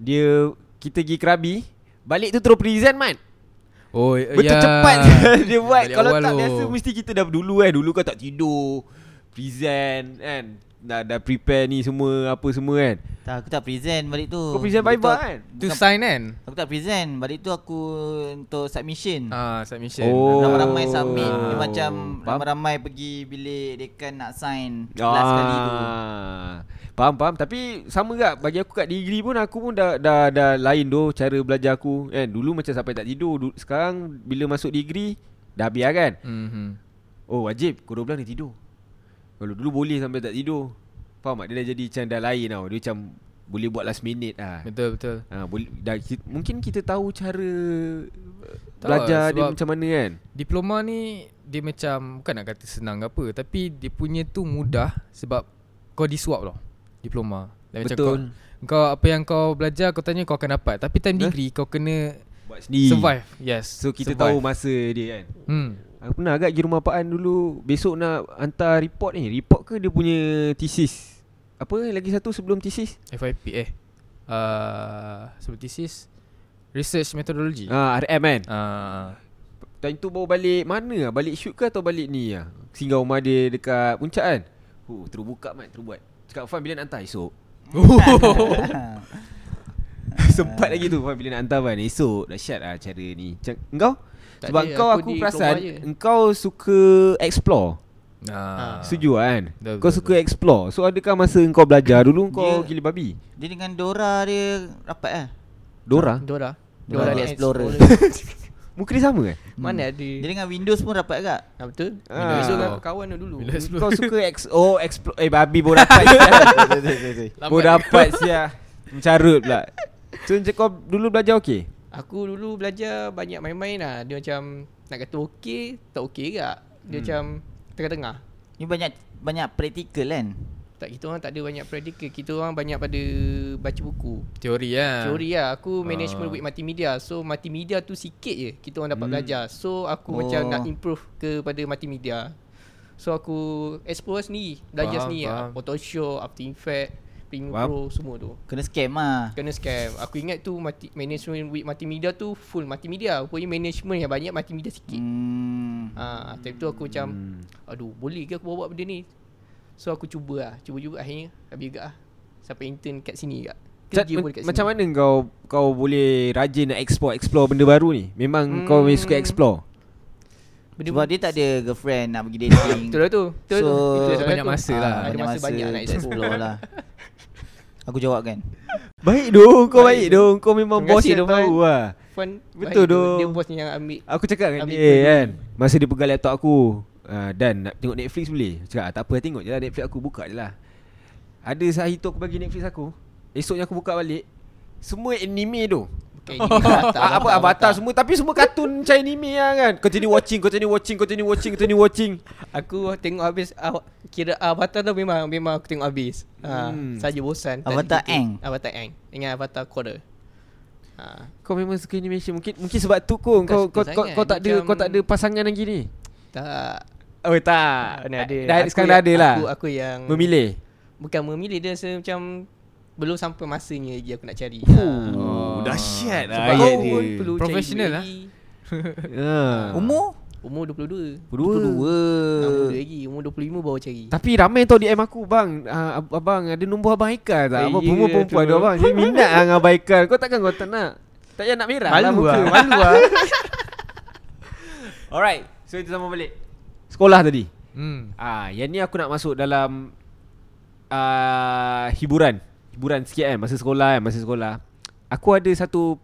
S1: Dia Kita pergi Krabi Balik tu terus present man
S3: Oh
S1: Betul
S3: ya.
S1: cepat [laughs]
S3: [laughs]
S1: dia buat
S3: Balik
S1: Kalau
S3: awal
S1: tak
S3: tu.
S1: biasa mesti kita dah dulu kan Dulu kau tak tidur Present kan Dah, dah prepare ni semua Apa semua kan
S2: Tak aku tak present balik tu.
S1: Kau present
S2: Balik tu
S1: viva
S2: aku-
S1: kan?
S3: Tu
S2: bukan-
S3: sign kan
S2: Aku tak present Balik tu aku Untuk submission
S3: Ah submission
S1: Hmm. Oh.
S2: Ramai-ramai submit Dia
S1: Oh.
S2: macam
S1: Faham? Ah.
S2: Ramai-ramai pergi Bilik dekan nak sign Last kali tu
S1: Faham faham Tapi sama tak Bagi aku kat degree pun Aku pun dah Dah, dah lain doh Cara belajar aku kan Dulu macam sampai tak tidur Du- Sekarang Bila masuk degree Dah habis lah kan
S3: Mm-hmm.
S1: Oh wajib Kau 12 ni tidur Kalau dulu boleh sampai tak tidur Faham tak Dia dah jadi macam dah lain tau Dia macam Boleh buat last minute lah
S3: Betul betul.
S1: Ha, boleh, dah, ki- mungkin kita tahu cara
S3: Tak,
S1: tak belajar dia
S3: sebab-
S1: macam mana kan.
S3: Diploma ni dia macam bukan nak kata senang ke apa tapi dia punya tu mudah sebab kau disuap tau. Diploma. Like
S1: Betul.
S3: Macam kau, kau apa yang kau belajar kau tanya kau akan dapat tapi time
S1: Huh?
S3: degree kau kena
S1: Buat sendiri.
S3: survive. Yes.
S1: So kita
S3: survive.
S1: tahu masa dia kan.
S3: Hmm.
S1: Aku pernah agak pergi rumah Pak An dulu Besok nak hantar report ni Report ke dia punya thesis Apa lagi satu sebelum thesis
S3: FIP eh. Uh, sebelum thesis research methodology. Ah.
S1: Ah RM kan
S3: Uh.
S1: Time tu baru balik mana lah Balik shoot ke atau balik ni lah Singgah rumah dia dekat puncak kan Huh, terus buka mat, terus buat Cakap Fan bila nak hantar esok Sempat lagi tu Fan bila nak hantar Fan Esok dahsyat lah cara ni Macam, Engkau?
S4: Tak
S1: Sebab
S4: ada,
S1: kau
S4: aku
S1: aku
S4: di
S1: perasan
S4: keluar je.
S1: Engkau suka explore
S3: Ah.
S1: Setuju lah kan
S3: Betul,
S1: Kau
S3: betul,
S1: suka explore So adakah masa kau belajar dulu Kau
S2: Dia-
S1: gila babi
S2: Dia dengan Dora dia rapat lah
S1: Dora
S4: Dora
S2: Dora the
S4: the
S2: Explorer.
S1: Muka dia sama eh
S3: Hmm.
S4: Mana ada
S2: Dia dengan Windows pun rapat agak
S4: ha, Betul
S1: Ah.
S4: Besok dengan kawan tu dulu
S3: Bila explore
S1: Kau suka ex Oh explore Eh babi Baru [laughs] dapat sial. Baru dapat siah Mencarut pula So macam kau dulu belajar okey
S4: Aku dulu belajar banyak main-main lah Dia macam Nak kata okey Tak okey juga
S3: Hmm.
S4: Dia macam Tengah-tengah
S2: Ni banyak banyak praktikal kan
S4: tak kita orang tak ada banyak practical Kita orang banyak pada baca buku
S3: Teori lah
S4: Teori lah Aku
S3: Ah.
S4: management with multimedia So multimedia tu sikit je Kita
S3: Hmm.
S4: orang dapat belajar So aku oh. macam
S2: Oh.
S4: nak improve kepada multimedia So aku explore sendiri Belajar
S3: Faham,
S4: sendiri lah
S3: faham.
S4: Photoshop, After Effects Premiere
S1: Faham.
S4: Pro semua tu
S2: Kena scam lah
S4: Kena scam Aku ingat tu multi, Management with multimedia tu Full multimedia Punya management yang banyak multimedia sikit
S2: Hmm.
S4: Ah, time tu aku macam Aduh boleh ke aku buat benda ni So aku cuba lah Cuba-cuba akhirnya Habis juga lah Sampai intern kat sini juga
S1: Cat,
S4: Kerja pun kat sini
S1: Macam mana kau Kau boleh rajin nak explore Explore benda baru ni Memang hmm. kau memang suka explore
S4: Benda
S2: Sebab dia tak ada girlfriend nak pergi dating
S4: [laughs] Betul lah tu Betul
S2: So,
S4: tu Itu
S2: ada
S4: sebab
S3: banyak
S4: tu.
S3: masa
S4: Ah,
S3: lah.
S4: Ada masa banyak
S2: [laughs]
S4: nak explore
S2: explore lah Aku jawab kan
S1: Baik doh Kau baik, doh Kau memang
S4: Terima
S1: bos
S4: kasih,
S1: yang dia
S4: Irfan.
S1: mahu lah
S4: Fun
S1: Betul
S4: baik tu.
S1: tu.
S4: Dia bos yang
S1: [laughs]
S4: ambil
S1: Aku cakap dengan
S4: Ambil
S1: dia
S4: pergi.
S1: kan Masa dia pegang laptop aku uh, Dan nak tengok Netflix boleh Aku Cakap "Ah, tak apa tengok je lah Netflix aku buka je lah Ada sehari tu aku bagi Netflix aku Esoknya aku buka balik Semua anime tu
S4: Bukan
S1: Avatar, apa avatar, semua Tapi semua kartun macam anime lah kan Continue watching Continue watching Continue watching Continue watching
S4: Aku tengok habis ah, Kira Avatar tu memang Memang aku tengok habis ha,
S1: Hmm.
S4: Saja bosan Tak
S2: Avatar
S4: ada gitu.
S2: Aang.
S4: Avatar Aang Dengan Avatar Korra ha.
S1: Kau memang suka animation Mungkin mungkin sebab tu kau
S4: Bukan
S1: Kau
S4: suka
S1: kau, kau,
S4: sangat,
S1: kau tak ada
S4: macam-
S1: Kau tak ada pasangan lagi ni
S4: Tak
S1: Oh tak
S4: Mana ada
S1: Dah,
S4: Aku
S1: Sekarang dah ada
S4: yang-
S1: lah
S4: Aku, aku yang
S1: [laughs] Memilih
S4: Bukan memilih Dia rasa macam Belum sampai masanya lagi Aku nak cari ha.
S1: Oh, dahsyat
S4: Sebab
S1: ayat
S4: kau pun
S1: dia.
S4: perlu
S3: Professional
S4: cari
S3: lah.
S4: duit
S1: Ah.
S2: Umur?
S4: lagi. Umur 22
S1: Dua.
S4: Nak muda
S2: 22
S4: lagi Umur 25 baru cari
S1: Tapi ramai tau DM aku Bang ah, ab- Abang ada nombor Abang Haikal tak
S4: Eh,
S1: Abang
S4: ya,
S1: perempuan perempuan
S4: tu.
S1: tu abang Dia minat lah dengan Abang Haikal Kau takkan kau tak nak Tak payah nak merah lah
S4: Malu
S1: muka
S4: lah.
S1: Malu lah Alright So itu sama balik Sekolah tadi
S3: Hmm
S1: Ah, Yang ni aku nak masuk dalam ah, Hiburan Hiburan sikit kan Masa sekolah kan Masa sekolah Aku ada satu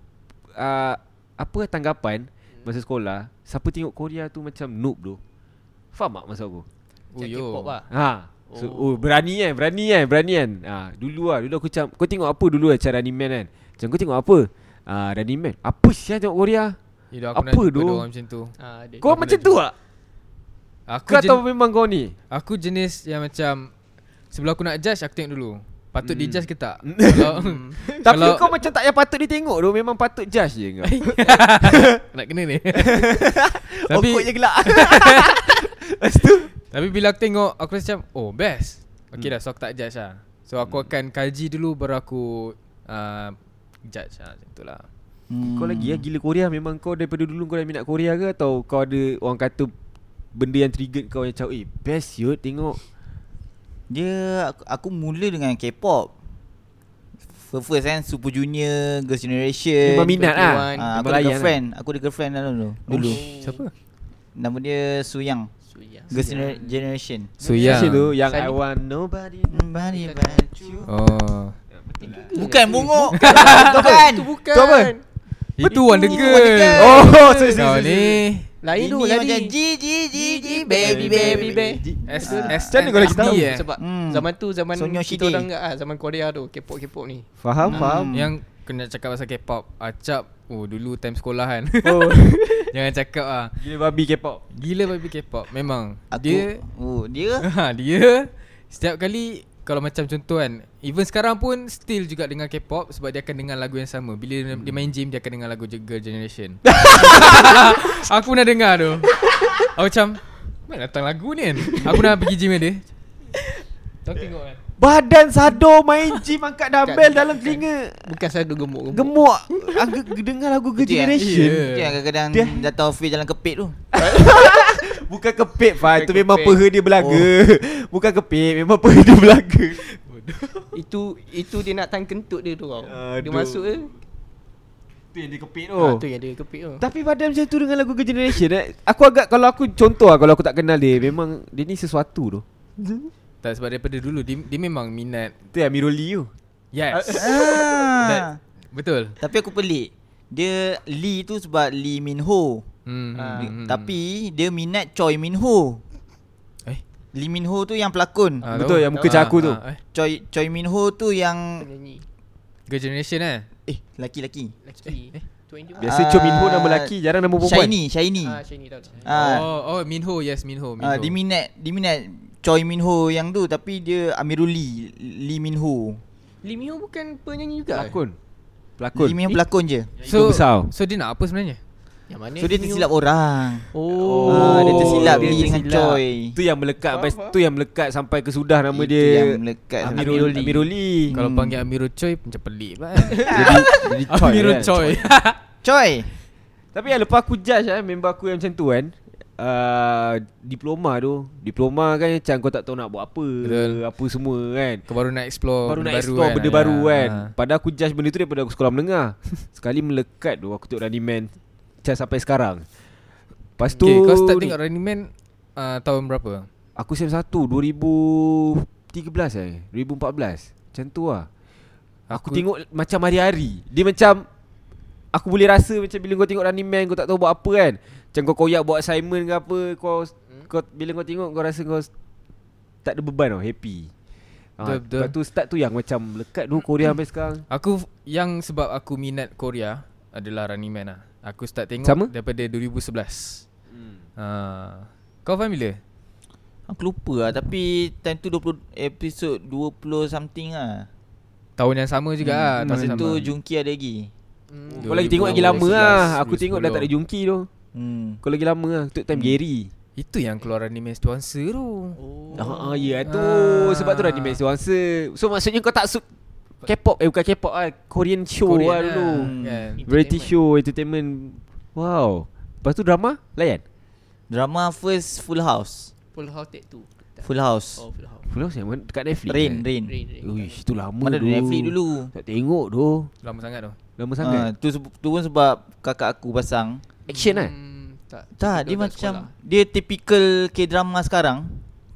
S1: ah, Apa tanggapan Masa sekolah Siapa tengok Korea tu macam noob tu Faham tak maksud aku?
S4: Macam
S3: Uyo.
S4: K-pop lah
S1: Ha. So,
S4: Oh.
S1: oh. oh berani kan, berani kan, berani kan. Ha, dulu lah, dulu aku macam kau tengok apa dulu lah cara Running Man kan. Macam kau tengok apa? Ah ha, Running Man. Apa sih tengok Korea?
S3: Itu aku nak
S1: Apa
S3: jumpa
S1: tu?
S3: dorang macam tu
S4: Ah, ada.
S1: Kau
S3: aku
S1: macam
S3: dah
S1: tu ah?
S3: Aku
S1: Kau
S3: jen-
S1: tahu memang kau [laughs] ni.
S3: Aku jenis yang macam Sebelum aku nak judge Aku tengok dulu Patut di judge ke tak
S1: [laughs]
S3: Kalau
S1: Mm.
S3: [laughs]
S1: Tapi
S3: Kalau-
S1: kau macam tak payah patut ditengok tu, memang patut judge je kau.
S3: Nak kena ni Tapi [laughs]
S1: gelak.
S3: Tapi bila aku tengok Aku rasa macam Oh best Okay
S1: Mm.
S3: dah so aku tak judge lah So aku akan kaji dulu Baru aku uh, Judge lah Macam tu lah
S2: hmm.
S1: Kau lagi ya gila Korea memang kau daripada dulu kau dah minat Korea ke atau kau ada orang kata benda yang trigger kau yang macam eh best yut tengok
S2: Dia aku, aku mula dengan K-pop. First, first kan Super Junior, Girls Generation.
S1: memang minat ah.
S4: Twenty
S2: Ah, aku Oh,
S1: Memang
S2: ada
S1: layan
S2: girlfriend. Aku ada girlfriend dalam dulu. Dulu.
S1: Oh.
S3: Siapa?
S2: Nama dia Suyang.
S4: So, ya.
S2: Girls Gener- Generation.
S3: So
S1: Yeah.
S3: ya. yeah
S1: tu yang I
S4: Sally.
S1: want nobody.
S2: Nobody but you.
S3: Oh
S2: [laughs] Bukan bongok. Bukan.
S4: Tu bukan
S1: Tu apa?
S3: Itu Wonder Girl
S2: Wonder Girl.
S1: Oh, sorry, sorry, sorry,
S3: Kau
S1: sorry.
S3: ni
S2: Ah,
S4: Lain
S2: Ini
S4: tu
S2: yang macam
S4: lari
S2: G G G G baby baby baby.
S3: S
S2: Ah.
S3: S
S1: Macam mana kau lagi
S3: SD,
S1: tahu?
S3: eh?
S4: Sebab
S2: Hmm.
S4: zaman tu zaman
S2: Sonyo
S4: kita
S2: Shide.
S4: orang enggak ah zaman Korea tu K-pop-K-pop ni.
S1: Faham, faham.
S2: Hmm.
S3: Yang kena cakap pasal K-pop Acap Oh dulu time sekolah kan
S1: [laughs]
S3: [laughs]
S1: Oh.
S3: Jangan cakap ah
S1: Gila babi K-pop.
S3: Gila babi K-pop Memang
S2: Aku
S3: Dia [laughs]
S2: oh dia
S3: ha, Dia Setiap kali Kalau macam contoh kan Even sekarang pun Still juga dengar K-pop Sebab dia akan dengar lagu yang sama Bila dia- dia main gym Dia akan dengar lagu je- Girl Generation
S2: [laughs]
S3: Aku pernah dengar tu Aku macam Mana datang lagu ni kan Aku nak pergi gym dengan dia Kau tengok kan
S1: Badan sado main gym angkat dumbbell dalam telinga.
S4: Bukan saya tu gemuk.
S1: Gemuk. Angga, dengar lagu Girl
S2: Itu yang-
S1: Generation.
S3: Yeah.
S2: Itu yang kadang-kadang
S1: Dia-
S2: Datang office jalan kepit tu
S1: Bukan Oh. kepit Fah. Itu
S4: Bukan
S1: memang
S4: kepit.
S1: peha dia belaga. [laughs] Bukan kepit. Memang peha dia belaga.
S4: Itu itu dia nak tangan kentut dia tu kau. Dia
S1: Aduh.
S4: masuk ke
S1: Tu yang dia kepit Ah, tu
S4: Oh. Ha, tu yang dia kepik tu.
S1: Tapi badan macam tu dengan lagu Girl Generation eh Aku agak kalau aku contoh lah Kalau aku tak kenal dia Memang dia ni sesuatu tu
S3: Tak sebab daripada dulu Dia, dia memang minat
S1: Tu yang Miroli tu
S3: Yes
S2: Ah.
S3: That- Betul
S2: Tapi aku pelik. Dia Lee tu sebab Lee Min Ho.
S3: hmm.
S2: Ah,
S3: hmm, hmm.
S2: Tapi dia minat Choi Min Ho.
S3: Eh?
S2: Lee Min Ho tu yang pelakon.
S3: Ah,
S1: Betul,
S3: tahu,
S1: yang muka
S3: tahu.
S1: caku
S3: Ah,
S1: tu.
S3: ah, eh.
S2: Choi Choi Min Ho tu yang
S4: Penyanyi
S3: Girl Generation eh
S2: eh lelaki-lelaki.
S4: lelaki. Tu yang dia.
S1: Biasa uh, Chow Min Ho nama lelaki Jarang nama perempuan
S2: Ah, Shiny, Shiny.
S4: Ah, Shiny tahu. tak?
S2: Ah,
S3: Oh, oh Minho, yes Minho, Minho.
S2: ah, dia minat dia minat Choi Min Ho yang tu tapi dia Amirul Lee, Lee Min Ho.
S4: Lee Min Ho bukan penyanyi juga. eh?
S1: Pelakon Pelakon
S2: Lee Min Ho pelakon je.
S1: hidung besar.
S3: So dia nak apa sebenarnya?
S4: Yang mana?
S2: So dia
S4: Lee Min Ho?
S2: tersilap orang.
S4: Oh.
S2: Ah, dia tersilap
S1: dia
S2: Lee dengan
S4: tersilap.
S2: Choi.
S1: Tu yang melekat sampai Tu yang melekat sampai ke sudah nama
S2: Itu
S1: dia
S2: yang melekat sampai-
S1: Amiroli Amiroli
S3: Hmm.
S1: [laughs]
S3: Kalau panggil Amirul Choi macam pelik pak.
S1: Jadi, jadi Choi
S3: Amirul
S1: kan?
S3: Choi.
S2: Choi.
S1: Tapi yang lepas aku judge kan Member aku yang macam tu kan uh, Diploma tu Diploma kan macam kau tak tahu nak buat apa
S3: Betul.
S1: Apa semua kan
S3: Kau baru nak explore
S1: Baru
S3: benda
S1: nak explore
S3: kan.
S1: benda baru
S3: Ya,
S1: kan
S3: ah.
S1: Padahal aku judge benda tu daripada aku sekolah menengah Sekali melekat tu aku tengok Running Man Macam sampai sekarang Lepas tu
S3: Okay, kau start
S1: ni,
S3: tengok Running Man uh, tahun berapa?
S1: Aku sem 1 2013 eh 2014 Macam tu lah Aku,
S3: Aku-
S1: tengok macam hari-hari Dia macam Aku boleh rasa macam bila kau tengok Running Man Kau tak tahu buat apa kan Macam kau koyak buat assignment ke apa Kau,
S3: Hmm?
S1: kau Bila kau tengok kau rasa kau s- Tak ada beban tau Happy Ha,
S3: Betul, betul.
S1: Lepas tu start tu yang macam Lekat tu
S3: [clears throat]
S1: Korea sampai sekarang
S3: Aku f- yang sebab aku minat Korea adalah Running Man lah. Aku start tengok
S1: Sama?
S3: daripada 2011.
S1: Hmm.
S3: Ah. Kau faham bila?
S2: Aku lupa lah Tapi time tu 20 episod 20 something lah
S3: Tahun yang sama juga hmm. lah,
S1: Ah,
S3: tahun
S2: Masa
S3: yang
S2: tu
S3: sama.
S2: Jungki ada lagi
S4: Hmm.
S1: Kau lagi tengok lagi lama
S3: 2011,
S1: lah Aku tengok dah
S3: 2010.
S1: tak ada jungki tu
S2: hmm.
S1: Kau lagi lama lah Tuk time Gary
S3: Itu yang keluar Running Man Setuansa tu.
S4: Oh.
S1: Ah, ah ya tu
S3: Ah.
S1: sebab tu dah dimensi wangsa. So maksudnya kau tak suka K-pop eh bukan K-pop ah Korean show Korean lah dulu.
S2: Hmm.
S3: Kan?
S1: Variety show entertainment. Wow. Lepas tu drama layan.
S2: Drama first Full House
S4: Full House Take Two. Tak.
S2: Full House
S4: Oh, Full House.
S1: Pulau saya mana dekat Netflix. kan?
S2: Rain Rain,
S4: Rain, Rain.
S1: Uish, tu lama
S2: Mana
S1: tu.
S2: ada Netflix dulu
S1: Tak tengok tu.
S3: Lama sangat tu.
S1: Lama
S2: Ah,
S1: sangat.
S2: tu, seb- tu pun sebab kakak aku pasang
S1: Action lah.
S4: Hmm, tak.
S2: Tak dia
S4: Duduk kat
S2: macam
S4: sekolah.
S2: Dia typical K-drama sekarang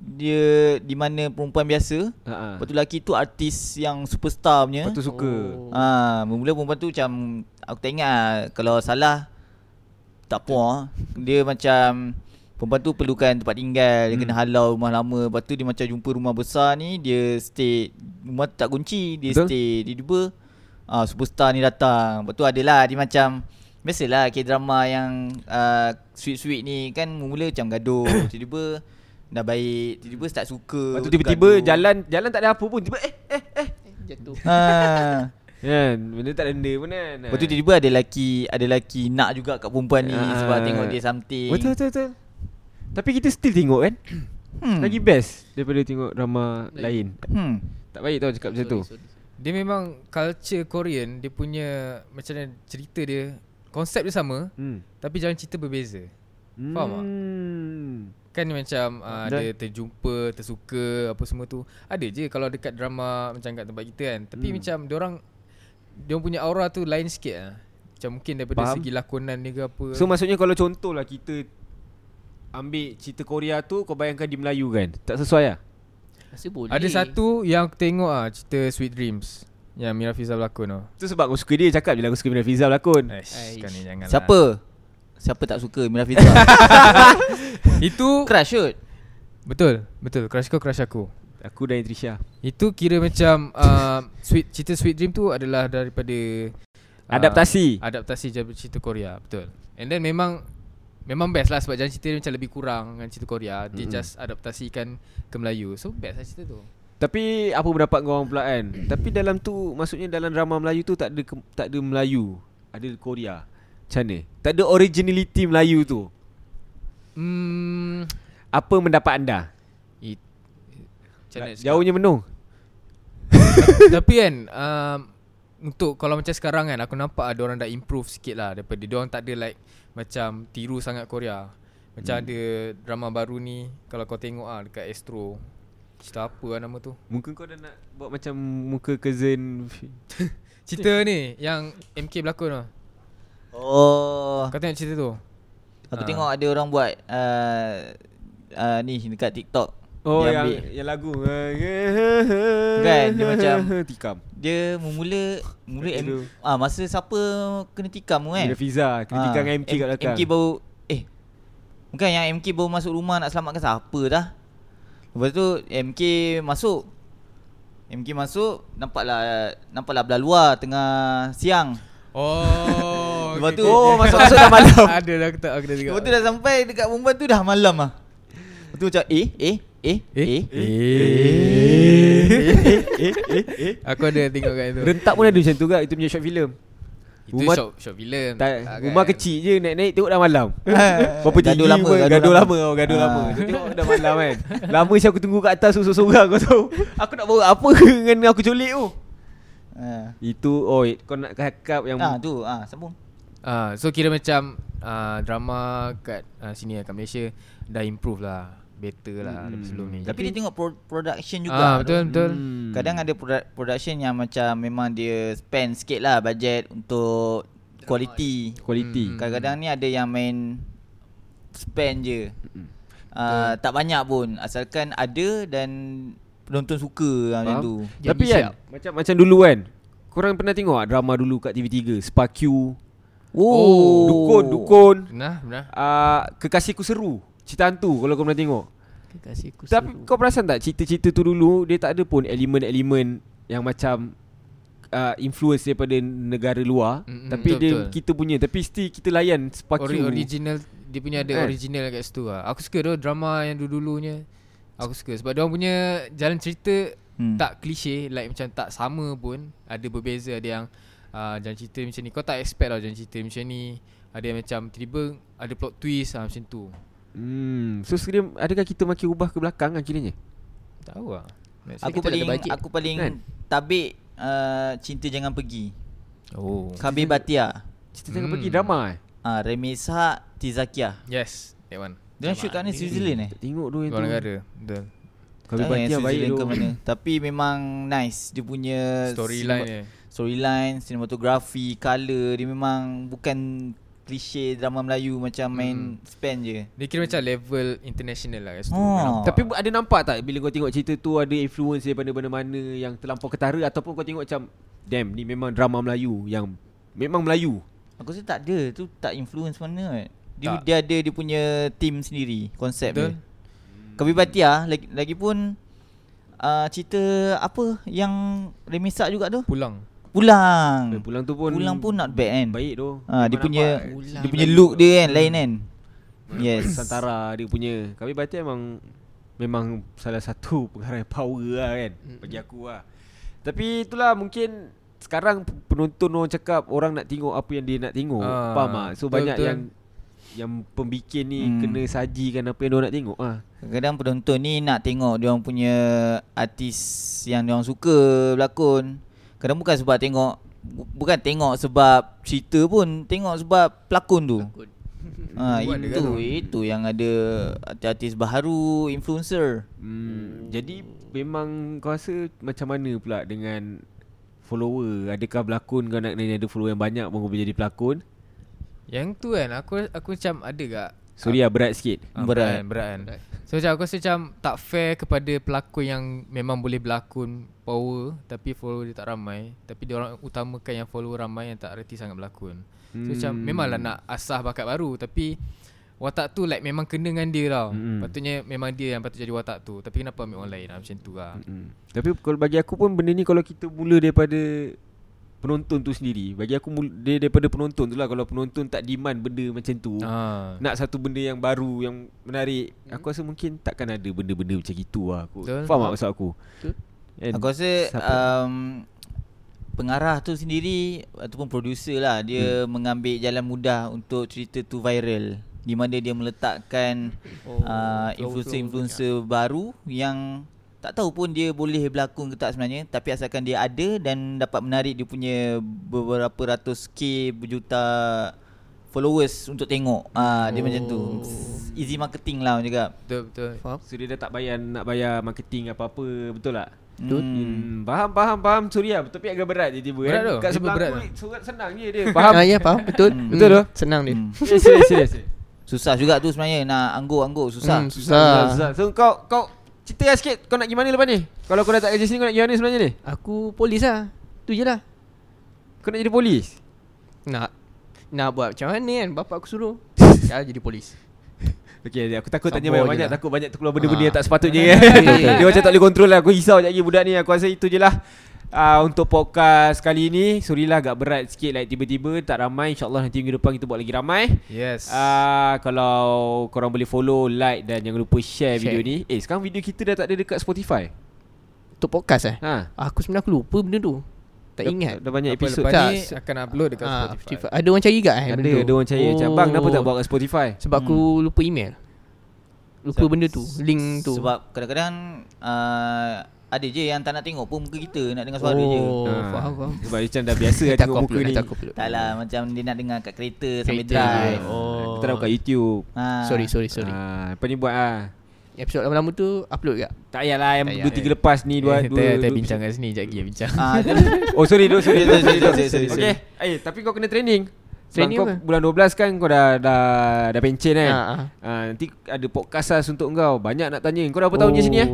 S2: Dia Di mana perempuan biasa
S1: Ha ah.
S2: Lepas tu lelaki tu artis yang superstar punya
S1: Lepas tu suka.
S4: Oh.
S2: Ah, mula perempuan tu macam aku tak ingat lah. kalau salah tak puas. Dia macam perempuan tu perlukan tempat tinggal, dia kena
S1: Hmm.
S2: halau rumah lama. Lepas tu dia macam jumpa rumah besar ni, dia stay rumah tu tak kunci, dia
S1: Betul.
S2: Betul? stay dia tiba ah superstar ni datang. Lepas tu adalah dia macam biasalah K-drama yang ah, sweet-sweet ni kan mula macam
S1: [coughs]
S2: gaduh, tiba-tiba dah baik, tiba-tiba start suka.
S1: Lepas tu
S2: lepas
S1: tiba-tiba
S2: gaduh.
S1: jalan jalan tak ada apa pun tiba eh eh eh.
S4: Jatuh.
S2: Ah.
S1: [laughs] Kan, benda tak ada benda pun kan.
S2: Lepas tu tiba-tiba ada lelaki Ada lelaki nak juga kat perempuan ni
S1: Ah.
S2: Sebab tengok dia something
S1: Betul betul betul. Tapi kita still tengok kan?
S2: hmm.
S1: Lagi best daripada tengok drama lain.
S2: hmm.
S1: Tak baik tau cakap macam tu.
S4: Sorry, sorry.
S3: Dia memang culture Korean Dia punya Macam mana cerita dia Konsep dia sama
S1: Hmm.
S3: Tapi jalan cerita berbeza Faham tak?
S1: hmm.
S3: Kan dia macam uh,
S2: Dan-
S3: Dia terjumpa Tersuka Apa semua tu Ada je Kalau dekat drama Macam kat tempat kita kan Tapi
S1: Hmm.
S3: macam Diorang Diorang punya aura tu Lain sikit lah Macam mungkin daripada
S1: Faham.
S3: Segi lakonan dia ke apa
S1: So maksudnya kalau contohlah kita ambil cerita Korea tu kau bayangkan di Melayu kan? Tak sesuai lah.
S4: Rasa boleh.
S3: Ada satu Yang aku tengok ah Cerita Sweet Dreams Yang Mira Fiza berlakon
S1: Tu
S3: tu
S1: sebab aku suka dia cakap je lah aku suka Mira Fizal lakon.
S3: Aish, kau ni janganlah
S2: Siapa?
S1: lah.
S2: Siapa tak suka Mira
S1: [laughs]
S2: Fiza?
S3: Itu
S2: Crush kot
S3: Betul Betul Crush kau crush aku
S1: Aku dan Trisha.
S3: Itu kira macam uh, sweet, Cerita Sweet Dream tu adalah daripada ah,
S1: Adaptasi.
S3: Adaptasi daripada cerita Korea Betul And then memang Memang best lah sebab jalan cerita dia macam lebih kurang dengan cerita Korea Dia mm-hmm. just adaptasikan ke Melayu So best lah cerita tu
S1: Tapi apa pendapat kau orang pula kan? Tapi dalam tu maksudnya dalam drama Melayu tu tak ada ke- tak ada Melayu. Ada Korea. Macam mana? Tak ada originality Melayu tu.
S3: Hmm
S1: Apa pendapat anda? Lah,
S3: it, Macam mana nak cakap?
S1: Jauhnya menu.
S3: Tapi kan um, Untuk kalau macam sekarang kan Aku nampak ada orang dah improve sikit lah Daripada dia orang tak ada like Macam tiru sangat Korea Macam hmm. ada drama baru ni Kalau kau tengok ah Dekat Astro Cerita apa lah nama tu
S1: Mungkin kau dah nak buat macam muka cousin
S3: Cerita ni Yang MK berlakon tu
S2: Oh.
S3: Kau tengok cerita tu
S2: Aku
S3: Ah.
S2: tengok ada orang buat uh, uh, ni dekat TikTok.
S1: Oh
S2: dia
S1: yang
S2: ambil.
S1: yang lagu
S2: Kan, dia macam-
S1: [laughs] Tikam
S2: dia mula mula M,
S1: Dulu.
S2: ah masa siapa kena tikam tu kan?
S1: Bila Fiza Kena tikam dengan MK kat belakang
S2: MK baru eh bukan yang MK baru masuk rumah nak selamatkan siapa dah. Lepas tu MK masuk. MK masuk nampaklah nampaklah belah luar tengah siang.
S3: [laughs] Oh
S2: Lepas
S3: okey,
S2: tu
S3: okey. Ah,
S2: oh masuk-masuk dah
S3: [laughs]
S2: malam.
S3: Ada dah aku tak Aku dah
S2: Lepas
S3: tengok
S2: tu dah sampai dekat perempuan tu dah malam ah. Lepas tu macam eh eh eh eh.
S3: Eh?
S2: eh.
S1: [laughs] Eh?
S3: Aku ada tengok kat itu
S1: Rentak pun ada macam tu kat Itu punya short film
S3: Itu
S1: rumah-
S3: short, short film
S1: tak,
S3: Ah,
S1: Rumah
S3: kan.
S1: kecil je Naik-naik tengok dah malam
S2: Ah.
S1: [laughs] Berapa tinggi
S2: Gaduh lama,
S1: pun,
S2: gaduh
S1: Eh, Gaduh
S2: lama.
S1: lama oh, Gaduh lama
S2: Ah.
S1: Dia tengok dah malam kan Lama si aku tunggu kat atas Susuk sorang kau tahu Aku nak bawa apa [laughs] Dengan aku colik tu
S2: Ah.
S1: Itu oh Kau nak cakap yang
S2: Ah tu ah sambung.
S3: Ah, So kira macam ah, Drama kat ah, sini lah Kat Malaysia Dah improve lah Better lah Daripada sebelum ni
S2: Tapi dia tengok pro- production juga.
S3: Ah, Betul betul
S1: Hmm.
S2: Kadang ada produ- production yang macam memang dia spend sikit lah budget untuk quality.
S1: Quality
S3: Hmm.
S2: Kadang-kadang ni ada yang main spend je. Uh, tak banyak pun asalkan ada dan penonton suka Faham? macam tu.
S3: Jadi
S1: Tapi
S3: siap.
S1: kan Macam macam dulu kan Korang pernah tengok tak drama dulu kat TV3 Spa Q
S2: Oh,
S1: Dukun Dukun
S3: Nah, nah.
S1: uh, Kekasihku Seru Cerita hantu kalau kau pernah tengok
S4: Kekasih ku
S1: Tapi
S4: seru.
S1: kau perasan tak cerita-cerita tu dulu Dia tak ada pun elemen-elemen Yang macam uh, Influence daripada negara luar
S3: Mm, mm,
S1: Tapi
S3: betul,
S1: dia
S3: betul.
S1: kita punya Tapi still kita layan Spa Q
S3: Ori- original dia punya ada
S1: Kan?
S3: original kat situ lah. Aku suka tu drama yang dulu-dulunya. Aku suka sebab dia orang punya jalan cerita
S2: Hmm.
S3: hmm. tak klise like macam tak sama pun. Ada berbeza ada yang uh, jalan cerita macam ni. Kau tak expect lah jalan cerita macam ni. Ada yang macam tiba ada plot twist ah macam tu.
S1: hmm. So sekiranya adakah kita makin ubah ke belakang akhirnya
S3: Tak Tahu lah. Next
S2: Aku
S4: Kita tak ada
S2: paling
S4: budget.
S2: aku paling
S1: Kan?
S2: tabik uh, cinta jangan pergi.
S3: Oh.
S2: Khabib Batia.
S1: Cerita tengah
S3: Hmm.
S1: pergi drama eh
S2: Ah uh, Remis Haq Tizakiah.
S3: Yes, that one.
S2: Dia orang shoot kat ni New Zealand eh.
S1: Tak Tengok tu yang
S3: Luar
S1: tu
S3: negara. Betul.
S1: Kami
S2: Tak tahu yang
S1: batia baik
S2: Switzerland
S1: tu
S2: ke mana. Tapi memang nice Dia punya
S3: Eh, Storyline
S2: cinema-
S3: dia.
S2: Storyline Cinematography Colour Dia memang Bukan Klise drama Melayu Macam main Span je
S3: Dia kira macam level international lah kat situ.
S2: Oh.
S1: Tapi bu- ada nampak tak bila kau tengok cerita tu ada influence daripada mana-mana yang terlampau ketara ataupun kau tengok macam damn ni memang drama Melayu yang memang Melayu.
S2: Aku rasa tak ada Tu tak influence mana kot. dia,
S3: Tak.
S2: dia ada dia punya Team sendiri Konsep
S3: Betul.
S2: dia Kabi Batia lagi, Lagipun uh, Cerita Apa Yang Remisak juga tu
S3: Pulang.
S1: Hmm.
S2: Pulang
S1: Pulang tu pun
S2: Pulang pun not bad kan
S1: baik tu.
S2: Ah, dia
S1: Memang
S2: punya
S1: nampak
S2: dia punya look dia kan lain kan. Yes.
S1: Santara dia punya. Kami batia memang memang salah satu [laughs] pengarang yang power lah kan bagi aku lah. Tapi itulah mungkin sekarang p- penonton orang cakap orang nak tengok apa yang dia nak tengok.
S3: Ah,
S1: Faham tak? So
S3: betul,
S1: banyak
S3: betul.
S1: yang yang pembikin ni
S2: Hmm.
S1: kena sajikan apa yang dia nak tengok ah.
S2: Kadang-kadang penonton ni nak tengok dia orang punya artis yang dia orang suka berlakon. Kadang bukan sebab tengok bu- bukan tengok sebab cerita pun, tengok sebab pelakon tu.
S4: Pelakon.
S2: Ha,
S3: Buat dia
S2: itu
S3: gaduh.
S2: itu yang ada artis-artis baharu, influencer. Mm.
S1: Hmm, jadi memang kau rasa macam mana pula dengan follower? Adakah berlakon kau nak kena ada follower yang banyak baru kau boleh jadi pelakon?
S3: Yang tu kan aku aku macam ada gak
S1: Sorry lah berat sikit.
S3: Ah,
S2: Berat.
S3: berat berat kan. So macam aku rasa macam tak fair kepada pelakon yang memang boleh berlakon power tapi follower dia tak ramai tapi dia orang utamakan yang follower ramai yang tak reti sangat berlakon. So hmm. macam memanglah nak asah bakat baru tapi watak tu like memang kena dengan dia tau.
S1: Mm-mm.
S3: Hmm. Patutnya memang dia yang patut jadi watak tu tapi kenapa ambil orang lain lah, macam tu lah.
S1: Hmm. Tapi kalau bagi aku pun benda ni kalau kita mula daripada penonton tu sendiri. Bagi aku mula, dia daripada penonton tu lah kalau penonton tak demand benda macam tu.
S3: Ah. Hmm.
S1: Nak satu benda yang baru Yang menarik Aku rasa mungkin takkan ada Benda-benda macam gitu lah aku.
S3: Betul.
S1: Faham tak maksud aku
S4: Betul.
S1: And
S2: Aku rasa
S1: siapa-
S2: um, pengarah tu sendiri ataupun producer lah dia hmm. mengambil jalan mudah untuk cerita tu viral di mana dia meletakkan oh,
S4: Oh,
S2: uh, influencer-influencer baru yang tak tahu pun dia boleh berlakon ke tak sebenarnya tapi asalkan dia ada dan dapat menarik dia punya beberapa ratus k berjuta followers untuk tengok ah dia macam tu easy marketing lah orang cakap
S3: Betul betul.
S1: So dia dah tak bayar nak bayar marketing apa-apa Betul tak?
S2: Hmm.
S1: Hmm, faham faham faham suri lah Tapi agak berat je tiba
S3: Berat
S1: kan
S3: tu,
S1: Kat
S3: tiba
S1: sebelah
S3: berat
S1: aku
S3: tu.
S1: ni Surat senang je dia
S3: [laughs]
S1: [laughs]
S4: Faham?
S1: Faham
S4: Ah, ya faham betul.
S2: Hmm.
S1: Betul tu?
S4: Senang dia.
S2: Hmm.
S1: Serius serius serius
S2: Susah juga tu sebenarnya nak anggur-anggur susah.
S4: Hmm,
S2: Hmm.
S1: Susah,
S4: susah.
S1: susah. Ya, So kau kau Cerita lah sikit Kau nak pergi mana lepas ni Kalau kau dah tak kerja sini Kau nak pergi mana sebenarnya ni
S4: Aku polis lah. Tu je lah.
S1: Kau nak jadi polis
S4: Nak nak buat macam mana kan Bapak aku
S1: [laughs]
S4: suruh Ya jadi polis
S1: Okay aku takut tanya
S4: Sabar je
S1: banyak-banyak
S4: lah.
S1: Takut banyak terkeluar benda-benda
S4: Ah.
S1: yang tak sepatutnya [laughs] kan
S4: betul, betul.
S1: Dia macam tak boleh control lah Aku risau sekejap lagi budak ni Aku rasa itu je lah Uh, untuk podcast kali ni Surilah agak berat sikit like, Tiba-tiba tak ramai InsyaAllah nanti minggu depan kita buat lagi ramai
S3: Yes.
S1: Ah, kalau korang boleh follow, like dan jangan lupa share,
S4: Share.
S1: video ni. Eh, sekarang video kita dah tak ada dekat Spotify.
S4: Untuk podcast eh
S1: Ha.
S4: Aku sebenarnya aku lupa benda tu Tak
S1: Dah-
S4: ingat
S1: Dah banyak
S3: Apa
S1: episod.
S3: lepas
S4: Tak,
S3: ni
S4: se-
S3: akan upload dekat
S4: Ah,
S3: Spotify.
S4: Ada orang cari kat eh
S1: Ada
S4: benda tu?
S1: ada orang cari macam bang kenapa
S4: Oh.
S1: tak buat Hmm. kat Spotify?
S4: Sebab aku lupa email Lupa
S2: Sebab-
S4: benda tu Link tu
S2: Sebab kadang-kadang uh, ada je yang tak nak tengok pun muka kita nak dengar suara je.
S4: Oh,
S1: Ha.
S4: faham, faham.
S1: Sebab dia macam dah biasa dah
S4: Nanti aku
S1: tengok muka
S4: upload,
S1: ni.
S4: nanti aku upload.
S2: Tak lah macam dia nak dengar kat kereta sambil
S4: Kereta
S2: drive.
S4: je.
S1: Oh.
S4: Oh.
S1: Kita dah buka YouTube.
S2: Ha.
S4: Sorry sorry sorry
S1: Ha, apa ni buat ah?
S4: Episod lama-lama tu Upload kat
S1: Tak payahlah yang
S4: Tak
S1: 2
S4: payah.
S1: 3 lepas ni dua
S3: Eh,
S1: dua.
S3: tak- tak
S1: dua-
S3: bincang kat sini Sekejap lagi ya, bincang
S2: Ah,
S1: [laughs]
S2: [laughs]
S1: Oh sorry, dua sorry.
S2: Sorry,
S1: Sorry, sorry,
S2: sorry, sorry, [laughs] sorry, sorry.
S1: Okay. Eh, tapi kau kena training.
S4: Training
S1: Training kau
S4: apa?
S1: bulan 12 kan kau dah dah dah pencen kan.
S4: Ha, ha.
S1: Ah, nanti ada podcast lah untuk kau. Banyak nak tanya. Kau dah berapa tahun je sini eh?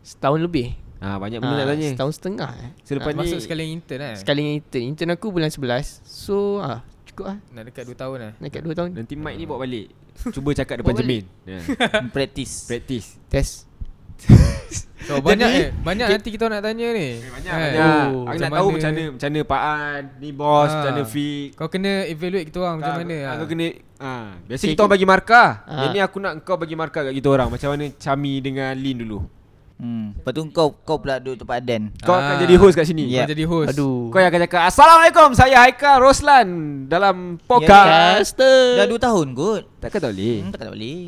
S4: Setahun lebih
S1: Ah banyak benda
S4: Oh. Ah,
S1: nak tanya.
S4: Setahun setengah eh
S1: Selepas ni
S3: Masuk sekali yang intern eh
S4: Sekali dengan intern Intern aku bulan 11 So ah, cukup lah
S3: Nak dekat 2 tahun
S1: [laughs]
S3: eh
S4: Nak kat 2 tahun
S1: nanti mic ni bawa balik. Cuba cakap depan
S4: Bawa
S1: cermin. Ya.
S2: practice.
S1: Practice.
S4: Test
S3: So banyak eh Banyak nanti kita nak tanya ni
S1: Banyak
S3: Eh,
S1: banyak.
S3: oh,
S1: Aku nak tahu macam mana macam mana Pak An, ni bos,
S3: Ah.
S1: macam mana Fik.
S3: Kau kena evaluate kita orang macam
S1: Tak,
S3: mana
S1: Aku
S3: ah.
S1: kena ah biasa
S4: Okay,
S1: kita orang bagi markah.
S4: Ah.
S1: Yang ni aku nak kau bagi markah kat kita orang. Macam mana Chami dengan Lin dulu.
S2: Hmm. Lepas tu kau kau pula duduk tempat Dan.
S1: Kau akan
S3: Ah.
S1: jadi host kat sini.
S2: Yeah.
S3: Kau jadi host
S4: Aduh
S1: Kau yang akan cakap Assalamualaikum saya Haikal Roslan dalam podcast.
S2: Dah
S4: Caster
S2: 2 tahun kot.
S1: Takkan tak
S4: Eh.
S1: boleh.
S2: Hmm, tak tak boleh.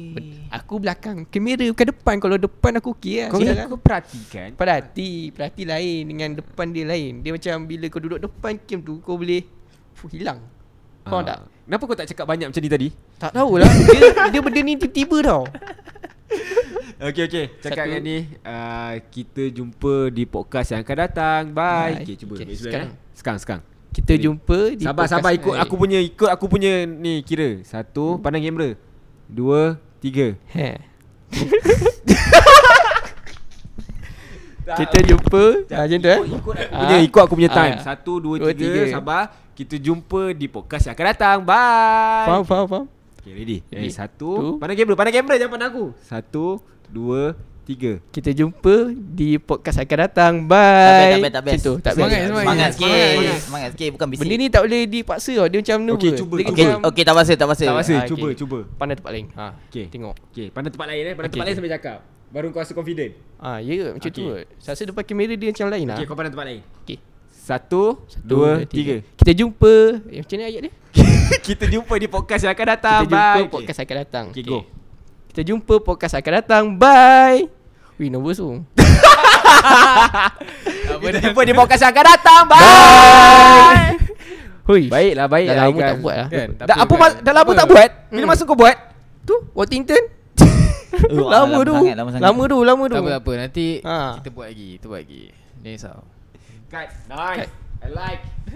S4: Aku belakang Kamera bukan depan Kalau depan aku okey lah
S1: Kau
S4: Sekarang-
S1: kau perhatikan
S4: Perhati Perhati lain Dengan depan dia lain Dia macam bila kau duduk depan Cam tu Kau boleh fuh, Hilang
S1: Ah.
S4: Faham tak?
S1: Kenapa kau tak cakap banyak macam ni tadi?
S4: Tak tahulah [laughs] dia, dia benda ni tiba-tiba tau
S1: Okay okay Cakap
S4: Satu.
S1: dengan ni uh, Kita jumpa di podcast yang akan datang Bye,
S4: Bye.
S1: Okay cuba
S4: Okay,
S1: Baik,
S4: sekarang.
S1: eh. Sekarang sekarang
S4: Kita jumpa di
S1: Sabar
S4: podcast Hmm.
S1: sabar ikut
S4: lain.
S1: aku punya Ikut aku punya ni kira Satu Pandang kamera Dua Tiga
S4: ha. Kita jumpa ha, Macam tu eh
S1: Ikut aku
S4: Ah.
S1: punya Ikut aku punya
S4: Ah.
S1: time Satu dua,
S4: Dua,
S1: tiga,
S4: tiga.
S1: Sabar Kita jumpa di podcast yang akan datang Bye
S4: Faham faham faham
S1: Okay ready
S4: Ready.
S1: Eh,
S4: Tu.
S1: Satu Pandang kamera Pandang kamera jangan pandang aku Satu Dua Tiga
S4: Kita jumpa di podcast akan datang
S2: Tak
S4: Bye
S2: best, tak best, tak best.
S4: Macam tu, tak
S3: Semangat,
S4: best.
S3: semangat.
S2: Semangat sikit.
S3: Semangat, semangat.
S2: Semangat sikit bukan bising.
S4: Benda ni tak boleh dipaksa tau Dia macam nerva
S1: Okey, cuba,
S4: Dia
S2: okey,
S4: macam
S2: okey tak pasal, tak pasal.
S1: Tak pasal
S4: Ah,
S1: Cuba
S4: okay.
S1: cuba
S4: Pandang tempat lain ha,
S1: Okey.
S4: Tengok
S1: Okay pandang tempat lain eh Pandang
S4: Okay,
S1: tempat lain
S4: okay.
S1: sampai cakap Baru kau rasa confident
S4: Ah, ya yeah, macam tu.
S1: Okey.
S4: Saya rasa depan kamera dia macam lain lah.
S1: Okay kau pandang tempat lain
S4: Okey.
S1: Satu, dua, tiga.
S4: Kita jumpa. Eh, macam mana ayat dia?
S1: [laughs] Kita jumpa di podcast yang akan datang.
S4: Kita jumpa
S1: Bye.
S4: podcast akan datang.
S1: Okay, go.
S4: Kita jumpa podcast akan datang. Bye. Wih, nervous tu.
S1: [laughs] Kita jumpa di podcast yang akan datang. Bye.
S4: Hui.
S1: Baiklah, baik.
S4: Dah lama tak buat lah.
S3: Kan, tak
S1: Dah
S3: apa
S1: apa
S3: kan?
S1: mas- dah lama tak buat? Bila masa kau buat?
S4: Tu, Washington.
S2: Oh, ah,
S4: [laughs] lama,
S2: lama
S4: tu.
S2: sangat, lama sangat.
S4: lama tu, lama tu.
S3: Tak apa tak apa Nanti
S4: Ah.
S3: kita buat lagi Kita buat lagi Jangan risau
S1: Cut. Nice. I like.